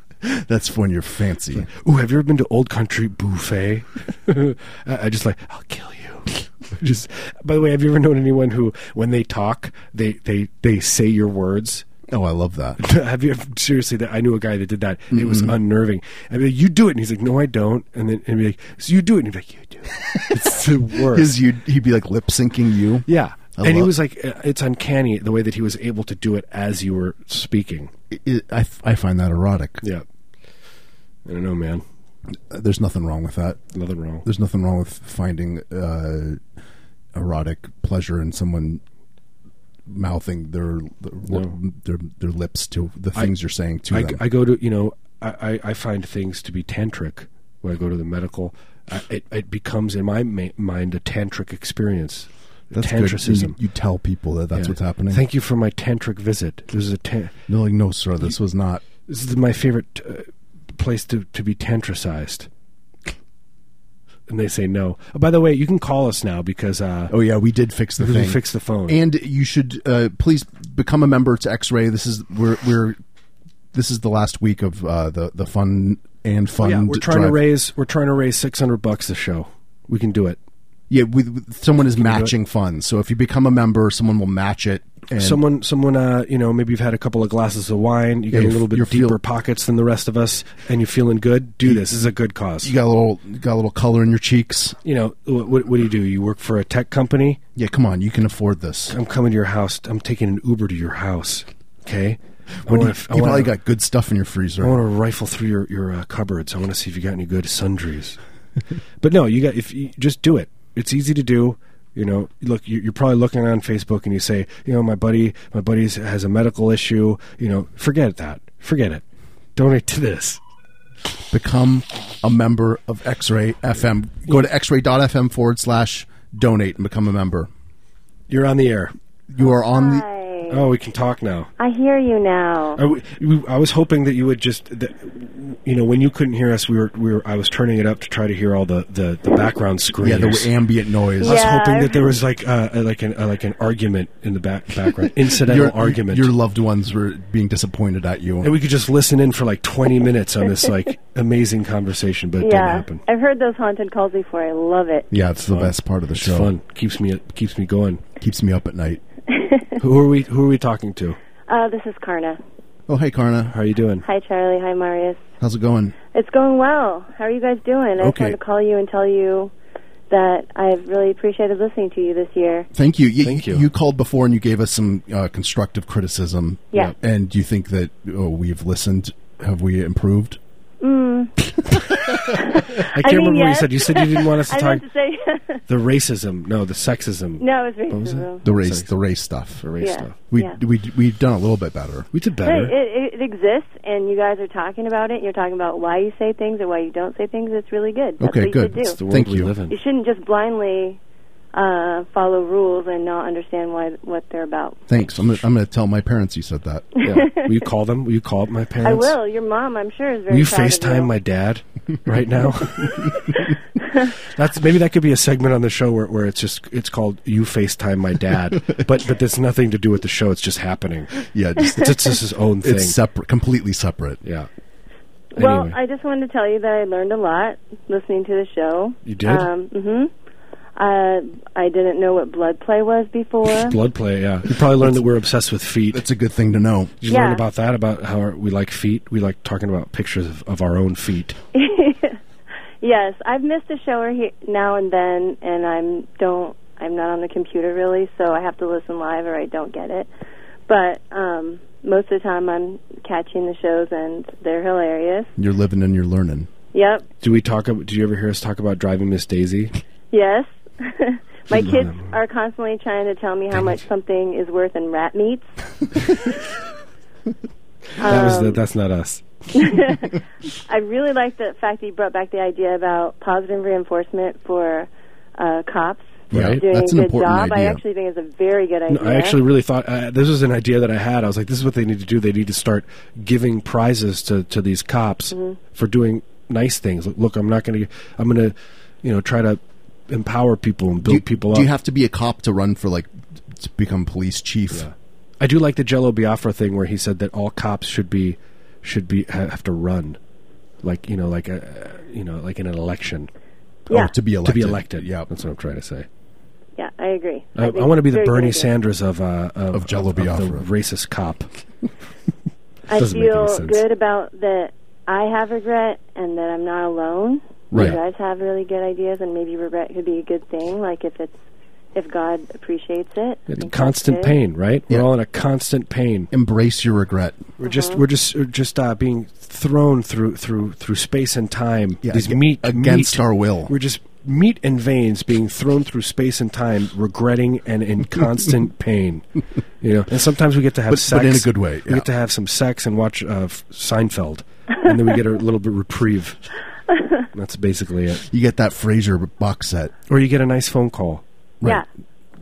That's when you're fancy. Ooh, have you ever been to Old Country Buffet? I, I just like, I'll kill you. just. By the way, have you ever known anyone who, when they talk, they they they say your words? Oh, I love that. have you ever, seriously that I knew a guy that did that. It Mm-hmm. was unnerving. I mean, you do it, and he's like, "No, I don't." And then and be like, "So you do it," and he'd be like, "You do it." It's the worst. Because you he'd be like lip syncing you. yeah, I and he love- was like, uh, "It's uncanny the way that he was able to do it as you were speaking." I- I, I, find that erotic. Yeah, I don't know, man. There's nothing wrong with that. Nothing wrong. There's nothing wrong with finding uh, erotic pleasure in someone mouthing their their, No. their their lips to the things you're saying to I, them. I go to you know I, I, I find things to be tantric when I go to the medical. I, it, it becomes in my ma- mind a tantric experience. that's good. tantricism. You, you tell people that that's Yeah. what's happening. Thank you for my tantric visit. There's a tan- no, like no, sir. This was not. This is my favorite uh, place to, to be tantricized. And they say no. Oh, by the way, you can call us now because uh, Oh yeah, we did fix the we thing. fixed the phone. and you should uh, please become a member to X-Ray. This is we're we're this is the last week of uh, the the fun and fun. Oh, yeah, we're trying to drive. raise we're trying to raise six hundred bucks a show. We can do it. Yeah, with, with- someone is matching funds. So if you become a member, someone will match it. And someone, someone, uh, you know, maybe you've had a couple of glasses of wine. You got you a little f- bit you're deeper feel- pockets than the rest of us, and you're feeling good. Do this. This is a good cause. you You, got a little you got a little color in your cheeks. know, what, what, what do you do? You work for a tech company. Yeah, come on, you can afford this. I'm coming to your house. I'm taking an Uber to your house. Okay. I What do you, wanna- I you wanna- Oh. probably got good stuff in your I freezer. want to rifle through your your uh, cupboards. I want to see if you got any good sundries. but no, you got if you just do it. It's easy to do. You know, look, you- you're probably looking on Facebook and you say, you know, my buddy, my buddy has a medical issue. You know, forget that. Forget it. Donate to this. Become a member of X-Ray FM. Go to xray.fm forward slash donate and become a member. You're on the air. You are on the. Hi. Oh, we can talk now. I hear you now. I, w- we- I was hoping that you would just, that, you know, when you couldn't hear us, we were, we were, I was turning it up to try to hear all the, the, the background screams. Yeah, the ambient noise. I was Yeah. hoping that there was like uh, like an uh, like an argument in the back background, incidental argument, Your loved ones were being disappointed at you. and we could just listen in for like twenty minutes on this like amazing conversation, but it didn't yeah, happen. I've heard those haunted calls before. I love it. yeah, it's the best part of the It's show. fun, keeps me keeps me going. keeps me up at night. Who are we? Who are we talking to? Uh, this is Karna. Oh, hey, Karna. How are you doing? Hi, Charlie. Hi, Marius. How's it going? It's going well. How are you guys doing? I just Okay. wanted to call you and tell you that I've really appreciated listening to you this year. Thank you. you Thank you. You called before and you gave us some uh, constructive criticism. Yeah. Yep. And do you think that oh, we've listened? Have we improved? I can't mean, remember what you yes. said. You said you didn't want us to I talk meant to say the racism. No, the sexism. no, it's was it? racism. The race, Sorry. the race stuff. The race Yeah. stuff. We Yeah. we we've done a little bit better. We did Right, better. it, it, it exists, and you guys are talking about it. And you're talking about why you say things or why you don't say things. It's really good. That's Okay, what you good. should do. It's It's the world Thank we you. live in. you shouldn't just blindly uh, follow rules and not understand why what they're about. Thanks. I'm gonna, I'm going to tell my parents you said that. Yeah. Will you call them? Will you call up my I parents? will. Your mom, I'm sure, is very. Will you proud of FaceTime my dad right now? That's maybe that could be a segment on the show where, where it's just it's called "You FaceTime My Dad," but but there's nothing to do with the show. It's just happening. Yeah, just, It's, it's just his own thing. it's separate, completely separate. yeah. Well, anyway, I just wanted to tell you that I learned a lot listening to the show. you did Um, hmm Uh, I didn't know what blood play was before. blood play. Yeah, you probably learned that we're obsessed with feet. Did That's a good thing to know. you Yeah. learn about that? About how our- we like feet. We like talking about pictures of, of our own feet. yes, I've missed a show or he- now and then, and I'm don't I'm not on the computer really, so I have to listen live or I don't get it. But um, most of the time, I'm catching the shows, and they're hilarious. You're living and you're learning. Yep. Do we talk? ab- Do you ever hear us talk about driving Miss Daisy? Yes. My Good kids Lord. are constantly trying to tell me how Dang much it. something is worth in rat meats. that was the, Um, that's not us. I really like the fact that you brought back the idea about positive reinforcement for uh, cops Right. doing That's a an good important job. idea. I actually think it's a very good idea. No, I actually really thought uh, this was an idea that I had. I was like, this is what they need to do. They need to start giving prizes to, to these cops Mm-hmm. for doing nice things. Look, look I'm not going to. I'm going to, you know, try to empower people and build do you, people do up. you have to be a cop to run for like to become police chief? I do like the Jello Biafra thing where he said that all cops should be should be ha- have to run, like you know, like a you know, like in an election yeah, Or to be to elected. be elected. Yeah. that's what I'm trying to say. yeah, I agree. I, I think want to be the it's a very Bernie good idea. Sanders of uh, of, Of Jello of- of the Biafra. racist cop. I Doesn't make any feel sense. good about that. I have regret, and that I'm not alone. Right. You guys have really good ideas, and maybe regret could be a good thing. Like if it's if God appreciates it. I think It's that's constant good. pain, right? Yeah. We're all in a constant pain. Embrace your regret. We're just we're just we're just uh, being thrown through through through space and time. Yeah, These ag- meat against meat- our will. We're just meat and veins being thrown through space and time, regretting and in constant pain. You know, and sometimes we get to have But- sex but in a good way, We yeah. get to have some sex and watch uh, F- Seinfeld, and then we get a little bit reprieve. That's basically it. You get that Fraser box set. Or you get a nice phone call. Yeah.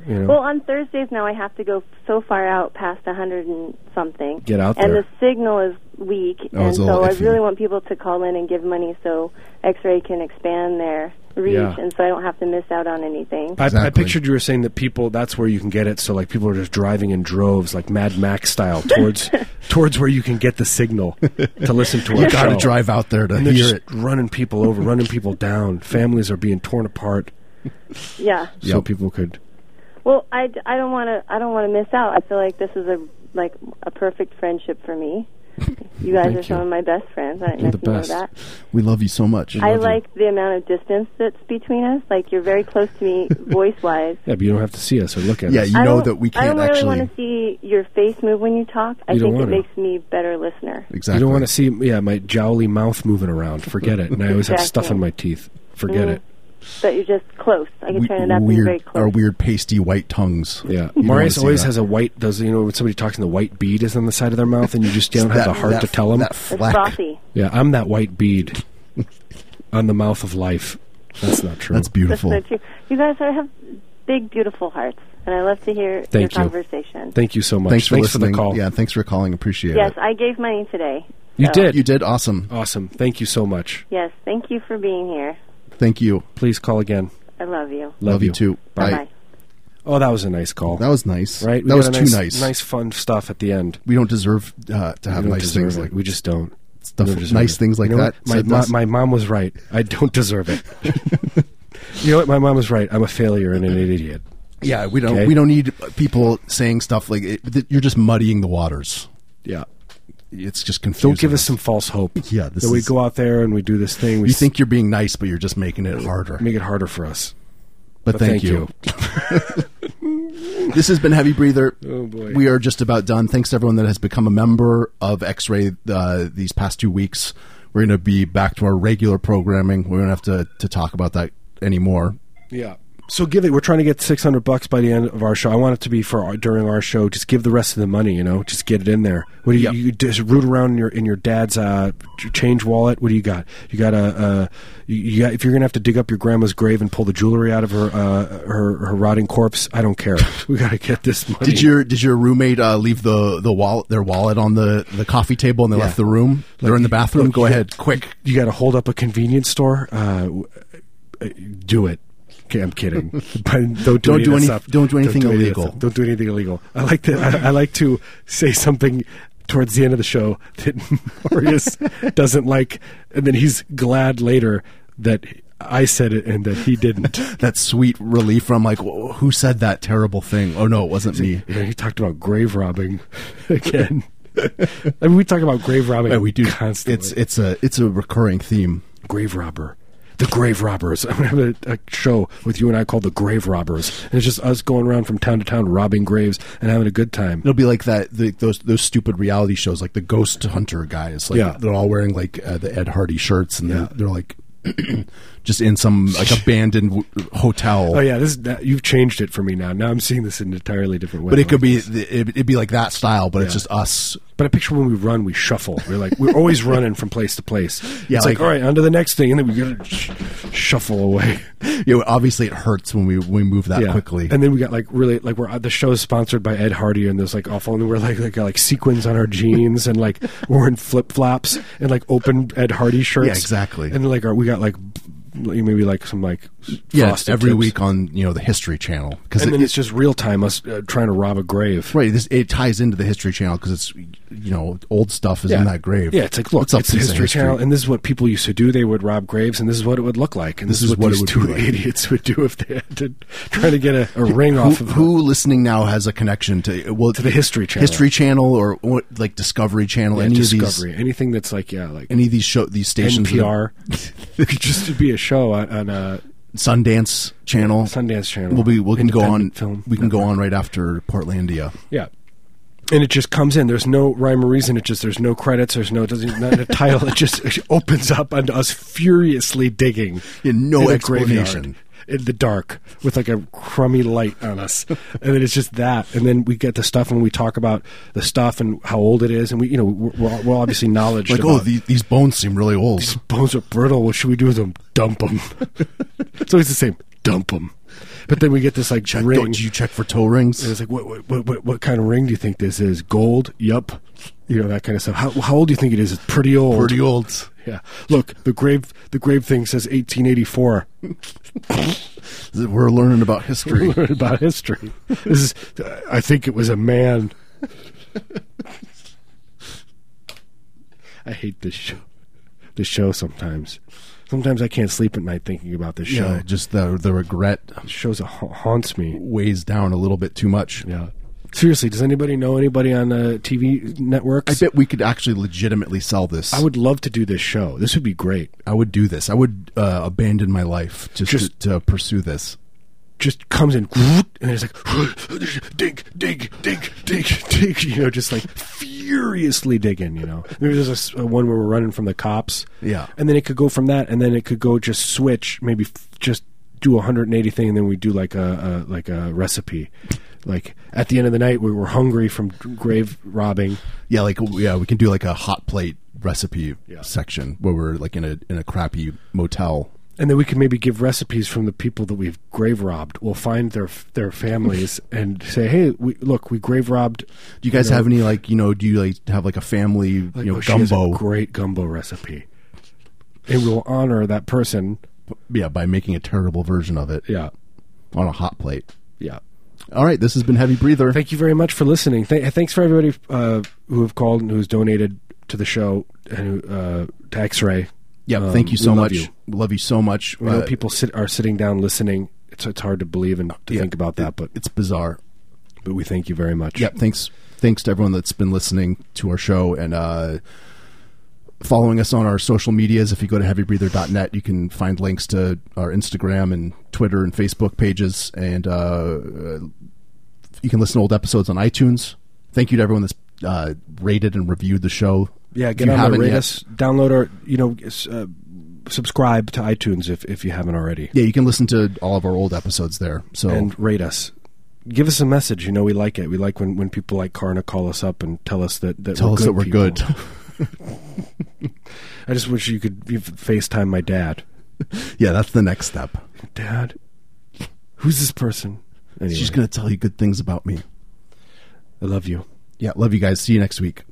You know, Well, on Thursdays now, I have to go so far out past a hundred and something. Get out And there. the signal is weak, Oh, and it's a little so I iffy. really want people to call in and give money so X-Ray can expand their reach, Yeah. and so I don't have to miss out on anything. I, I Exactly. pictured you were saying that people that's where you can get it. So like people are just driving in droves, like Mad Max style, towards towards where you can get the signal to listen to our You got to show. drive out there to And they're hear just it. running people over, running people down. Families are being torn apart, yeah. so Yep. people could. Well, I, d- I don't want to I don't want to miss out. I feel like this is a like a perfect friendship for me. You guys Thank are some you. of my best friends. I You're didn't the know if you know best. that. We love you so much. I like the amount of distance that's between us. Like you're very close to me, voice wise. Yeah, but you don't have to see us or look at Yeah, us. you I know don't- that we I can't don't really actually. want to see your face move when you talk. I You don't think it wanna. makes me better listener. exactly. You don't want to see yeah my jowly mouth moving around. Forget it. And I always have stuff Exactly. in my teeth. Forget it. But you're just close. I can we- turn it up and you're very weird, close. our weird pasty white tongues. Yeah, You don't wanna Marius see always that. has a white. Does you know when somebody talks and the white bead is on the side of their mouth and you just don't have That- the heart that- to tell them. That it's flack. frothy. Yeah, I'm that white bead on the mouth of life. That's not true. That's That's beautiful. so true. You guys are, have big, beautiful hearts, and I love to hear Thank your you. conversation. Thank you so much. Thanks for listening. the call. Yeah, thanks for calling. Appreciate yes, it. I gave money today. you so- did. You did awesome. Awesome. Thank you so much. Yes, thank you for being here. Thank you. Please call again. I love you. Love, you too. Bye Bye. bye. Oh, that was a nice call. That was nice. right. We that got was a too nice, nice. Nice fun stuff at the end. We don't deserve uh, to have We don't nice deserve things it. like we just don't. stuff, We don't deserve nice it. things like You know that. what? My, said mo- this. my mom was right. I don't deserve it. you know what? My mom was right. I'm a failure and an idiot. Yeah, we don't Okay. we don't need people saying stuff like it, th- you're just muddying the waters. Yeah. It's just confusing. Don't give us some false hope. Yeah, this that we is- go out there and we do this thing. We You s- think you're being nice, but you're just making it harder. make it harder for us. but, thank, thank you. this has been Heavy Breather. Oh, boy. We are just about done. Thanks to everyone that has become a member of X Ray uh, these past two weeks. We're going to be back to our regular programming. We don't have to, to talk about that anymore. Yeah. So give it. We're trying to get six hundred bucks by the end of our show. I want it to be for our, during our show. Just give the rest of the money. You know, just get it in there. What do you, Yep. you just root around in your in your dad's uh, ch- change wallet? What do you got? You got a uh, you, you got, if you're gonna have to dig up your grandma's grave and pull the jewelry out of her uh, her her rotting corpse. I don't care. we got to get this money. Did your did your roommate uh, leave the the wallet their wallet on the, the coffee table and they Yeah. left the room? They're in the bathroom. look, Go you- ahead, quick. you got to hold up a convenience store? Uh, w- uh, do it. Okay, I'm kidding. But don't do, Don't any of do this any- stuff. don't do anything any of this illegal. stuff. Don't do anything illegal. I like to. I, I like to say something towards the end of the show that Marius doesn't like, and then he's glad later that I said it and that he didn't. That sweet relief from like "Wh- who said that terrible thing? Oh no, it wasn't me. You know, he talked about grave robbing again. I mean, we talk about grave robbing. Yeah, we do constantly. It's it's a it's a recurring theme. grave robber. The grave robbers. I'm gonna have a, a show with you and I called the grave robbers, and it's just us going around from town to town robbing graves and having a good time. It'll be like that the, those those stupid reality shows like the Ghost Hunter guys. Like Yeah. they're all wearing like uh, the Ed Hardy shirts and they're, they're like just in some like abandoned w- hotel. Oh yeah, this is, that, you've changed it for me now. Now I'm seeing this in an entirely different way. But it could be it'd it'd be like that style, but it's Yeah. just us But I picture when we run, we shuffle. We're like we're always running from place to place. Yeah, it's like, like- all right, on to the next thing, and then we gotta sh- shuffle away you know, obviously it hurts when we we move that Yeah. quickly. And then we got like really like we're uh, the show's sponsored by Ed Hardy, and there's like awful, and we're like like got like sequins on our jeans, and like we're in flip flops and like open Ed Hardy shirts. Yeah, exactly. And like our, we got like b- maybe like some like yeah, it's frosted every tips. week on you know the History Channel because And it, then it's just real time us uh, trying to rob a grave. right this it ties into the History Channel because it's you know old stuff is in that grave. Yeah, it's like look, a it's the piece of history, channel, and this is what people used to do. They would rob graves, and this is what it would look like, and this, This is what it these would two be like. idiots would do if they had to try to get a, a ring off who, of who listening now has a connection to well to the History Channel. History Channel, or what, like Discovery Channel, yeah, any of discovery, these, anything that's like yeah, like any of these show these stations, that NPR. are- it could just be a show on, on uh, Sundance Channel, Sundance Channel. We'll be we can go on Independent Film. we can go on right after Portlandia. Yeah. And it just comes in. There's no rhyme or reason. It just there's no credits. There's no it doesn't not a title. It just it opens up onto us furiously digging. Yeah, no in a explanation. graveyard in the dark with like a crummy light on us, and then it's just that. And then we get the stuff, and we talk about the stuff and how old it is, and we you know we're, we're we're obviously knowledge Like oh about these, these bones seem really old. bones are brittle. What should we do with them? Dump them. it's always the same. Dump them. But then we get this like Check, ring. don't you check for toe rings? and it's like, what, what, what, what, what kind of ring do you think this is? Gold? Yup. You know that kind of stuff. How, how old do you think it is? It's pretty old. Pretty old. Yeah. Look, the grave. The grave thing says 1884. We're learning about history. Learn about history. This is. I think it was a man. I hate this show. This show sometimes. Sometimes I can't sleep at night thinking about this show. yeah, just the the regret shows that ha- haunts me. weighs down a little bit too much. Yeah. Seriously, does anybody know anybody on uh, TV I networks? bet we could actually legitimately sell this. I would love to do this show. This would be great. I would do this. I would uh, abandon my life just, Just- to, to pursue this. Just comes in and it's like dig, dig, dig, dig, dig. You know, just like furiously digging. You know, there's a s- a one where we're running from the cops. Yeah. and then it could go from that, and then it could go just switch. Maybe f- just do a 180 thing, and then we do like a, a like a recipe. Like at the end of the night, we were hungry from grave robbing. Yeah, like yeah, we can do like a hot plate recipe Yeah. section where we're like in a in a crappy motel. and then we can maybe give recipes from the people that we've grave robbed. We'll find their their families and say, "Hey, we, look, we grave robbed." Do you guys know, have any like you know? Do you like have like a family like, you know oh, she has a gumbo? great gumbo recipe, and we'll honor that person. yeah, by making a terrible version of it Yeah, on a hot plate. yeah. All right, this has been heavy breather. Thank you very much for listening. Th- thanks for everybody uh, who have called and who's donated to the show and who, uh, to X Ray. yeah, Um, thank you we so love much. you. Love you so much. We know Uh, people sit, are sitting down listening it's it's hard to believe and to Yeah. think about that, but It's bizarre. but we thank you very much. Yep. Thanks. Thanks to everyone that's been listening to our show and uh, following us on our social medias. If you go to heavybreather.net, you can find links to our Instagram and Twitter and Facebook pages, and uh, uh, you can listen to old episodes on iTunes. Thank you to everyone that's uh, rated and reviewed the show. Yeah, If get you on there, haven't rate yet- us, download our, you know, s- uh, subscribe to iTunes if if you haven't already, Yeah, you can listen to all of our old episodes there. So and rate us. Give us a message. You know, we like it. We like when, when people like Karna call us up and tell us that, that tell we're us good that we're people. good. I just wish you could you FaceTime my dad. yeah, that's the next step. Dad, who's this person? Anyway, She's going to tell you good things about me. I love you. Yeah, love you guys. See you next week.